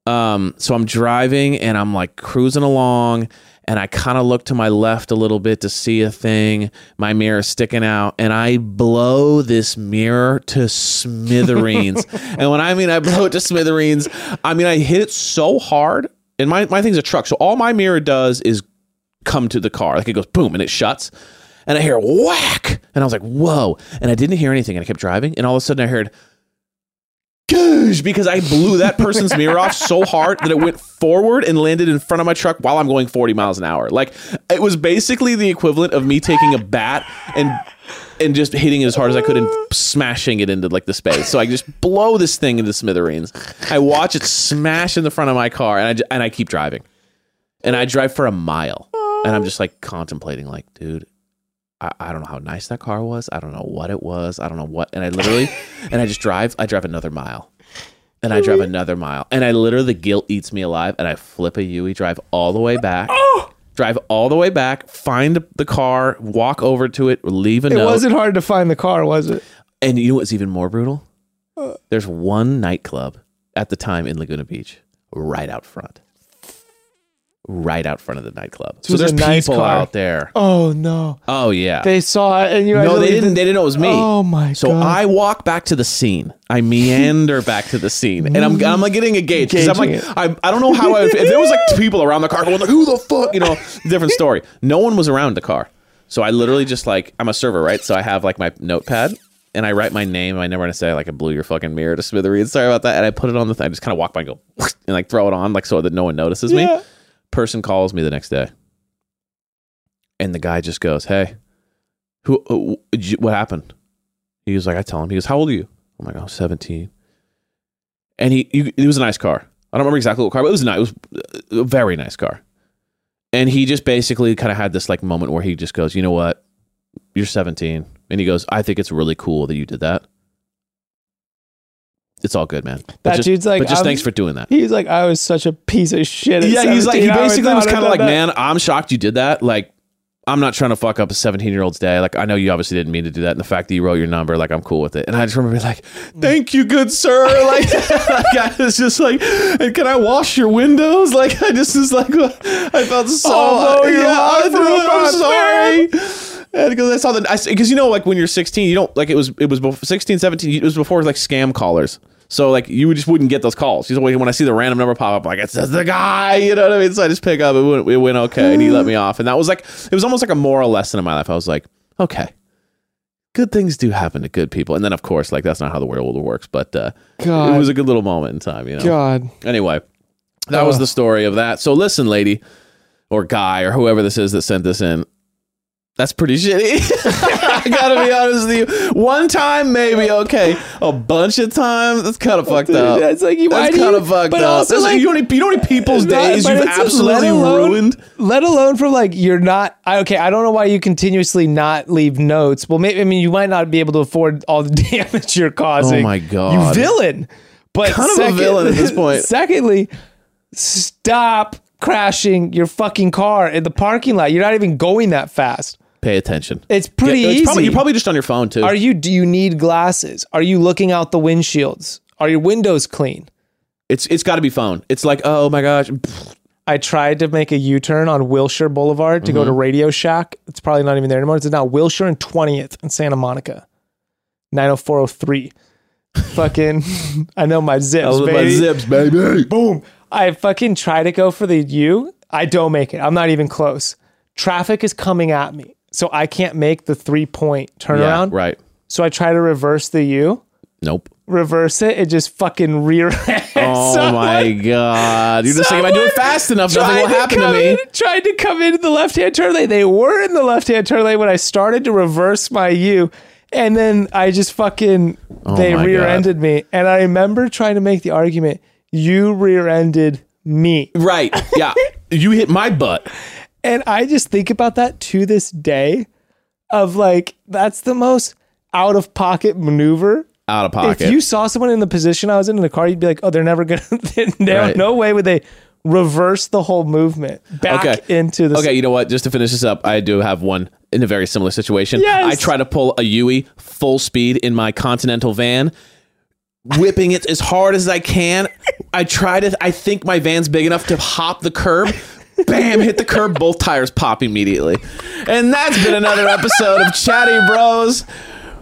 B: Um, so I'm driving and I'm like cruising along and I kind of look to my left a little bit to see a thing, my mirror sticking out, and I blow this mirror to smithereens. and when I mean I blow it to smithereens, I mean I hit it so hard. And my, my thing's a truck. So all my mirror does is come to the car. Like it goes boom and it shuts. And I hear whack. And I was like, whoa. And I didn't hear anything. And I kept driving. And all of a sudden I heard "Goosh," because I blew that person's mirror off so hard that it went forward and landed in front of my truck while I'm going 40 miles an hour. Like it was basically the equivalent of me taking a bat and and just hitting it as hard as I could and smashing it into like the space. So I just blow this thing into smithereens. I watch it smash in the front of my car and I j- and I keep driving and I drive for a mile, and I'm just like contemplating, like, dude, I, I don't know how nice that car was. I don't know what it was. I don't know what. And I literally, and I just drive. I drive another mile, and I drive another mile, and I literally the guilt eats me alive, and I flip a Yui, drive all the way back. Drive all the way back, find the car, walk over to it, leave a
C: It
B: note.
C: wasn't hard to find the car, was it?
B: And you know what's even more brutal?
C: Uh.
B: There's one nightclub at the time in Laguna Beach, right out front, right out front of the nightclub. So
C: was
B: there's
C: a nice
B: people
C: car.
B: out there.
C: Oh no,
B: Oh yeah.
C: they saw it and you.
B: no, they didn't. They didn't know it was me.
C: Oh my
B: So
C: God.
B: I walk back to the scene. I meander back to the scene, and I'm I'm like getting engaged because I'm like
C: Gauging it.
B: I, I don't know how I, if there was like people around the car going like who the fuck you know different story. No one was around the car, so I literally just like I'm a server right, so I have like my notepad and I write my name. I never want to say like I blew your fucking mirror to smithereens. Sorry about that. And I put it on the thing. I just kind of walk by and go and like throw it on like so that no one notices me.
C: Yeah.
B: Person calls me the next day, and the guy just goes, "Hey, who? Uh, wh- j- what happened?" He was like, I tell him, he goes, How old are you? I'm like, I'm 17. And he, you it was a nice car. I don't remember exactly what car, but it was a nice, it was a very nice car. And he just basically kind of had this like moment where he just goes, You know what? You're 17. And he goes, I think it's really cool that you did that. It's all good, man. But
C: That
B: just,
C: dude's like, um,
B: but just
C: I'm-
B: thanks for doing that.
C: He's like, I was such a piece of shit. At
B: Yeah, he's like, he
C: 17. I
B: basically
C: thought
B: was
C: I'd
B: kind of
C: done
B: like,
C: that.
B: Man, I'm shocked you did that. Like, I'm not trying to fuck up a 17 year old's day. Like, I know you obviously didn't mean to do that. And the fact that you wrote your number, like, I'm cool with it. And I just remember being like, thank you, good sir. Like, like, I was just like, and can I wash your windows? Like, I just was like, I felt so,
C: Although you're
B: I
C: not
B: am
C: from
B: sorry. And because I saw the, because you know, like when you're 16, you don't like it was it was before 16, 17. It was before like scam callers. So like you just wouldn't get those calls. You just wait- when I see the random number pop up, like it's the guy, you know what I mean? So I just pick up. It went, it went okay, and he let me off. And that was like it was almost like a moral lesson in my life. I was like, okay, good things do happen to good people. And then of course, like that's not how the world works, but uh,
C: God.
B: it was a good little moment in time, you know.
C: God.
B: Anyway, that was the story of that. So listen, lady or guy or whoever this is that sent this in. That's pretty shitty. I gotta be honest with you. One time, maybe okay. A bunch of times, that's kind of fucked up.
C: Oh, That's like you. why
B: That's
C: do
B: kind
C: you-
B: of fucked
C: but
B: up.
C: Also,
B: That's-
C: like,
B: you, know, how many- you know how many people's
C: not-
B: days
C: but
B: you've
C: it's just let
B: absolutely
C: alone-
B: ruined.
C: Let alone from like you're not. I, okay, I don't know why you continuously not leave notes. Well, maybe I mean you might not be able to afford all the damage you're causing.
B: my God.
C: you villain! But
B: Kind of a villain at this point.
C: Secondly, stop crashing your fucking car in the parking lot. You're not even going that fast.
B: Pay attention.
C: It's pretty
B: Yeah, it's
C: easy.
B: Probably, you're probably just on your phone too.
C: Are you? Do you need glasses? Are you looking out the windshields? Are your windows clean?
B: it's it's got to be phone. It's like oh my gosh,
C: I tried to make a U turn on Wilshire Boulevard to go to
B: Mm-hmm.
C: Radio Shack. It's probably not even there anymore. It's now Wilshire and 20th in Santa Monica, 90403. fucking, I know my zips.
B: Those are my
C: baby.
B: zips, baby.
C: Boom. I fucking try to go for the U. I don't make it. I'm not even close. Traffic is coming at me. So I can't make the three point
B: Yeah,
C: turnaround.
B: right.
C: So I try to reverse the U,
B: Nope.
C: reverse it. It just fucking rear
B: Oh my god! You're just like if I do it fast enough, nothing
C: Tried
B: will
C: to
B: happen to
C: come
B: me.
C: in- tried to come into the left hand turn lane. They were in the left hand turn lane when I started to reverse my U. And then I just fucking
B: Oh
C: they
B: my God.
C: rear-ended me, and I remember trying to make the argument: you rear-ended me,
B: Right. Yeah. you hit my butt.
C: and I just think about that to this day. Of like, that's the most out of pocket maneuver.
B: Out of pocket.
C: If you saw someone in the position I was in in the car, you'd be like, "Oh, they're never gonna. no,
B: Right.
C: no way would they reverse the whole movement back
B: Okay.
C: into the
B: Okay, you know what? Just to finish this up, I do have one in a very similar situation.
C: Yes.
B: I try to pull a Yui full speed in my Continental van, whipping it as hard as I can. I try to, I think my van's big enough to hop the curb. Bam, hit the curb, both tires pop immediately. And that's been another episode of Chatty Bros.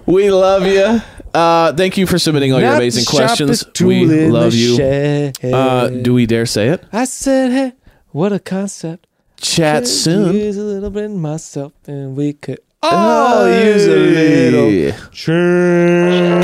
B: We love you. Uh, thank you for submitting all your
C: Not
B: amazing
C: the sharpest
B: questions.
C: tool
B: We
C: in
B: love
C: the
B: you.
C: shed.
B: Uh, do we dare say it?
C: I said, "Hey, what a concept."
B: Chat
C: Could
B: soon.
C: Use a little bit
B: Oh,
C: myself, and we could all use a little.
B: Hey.
C: Change.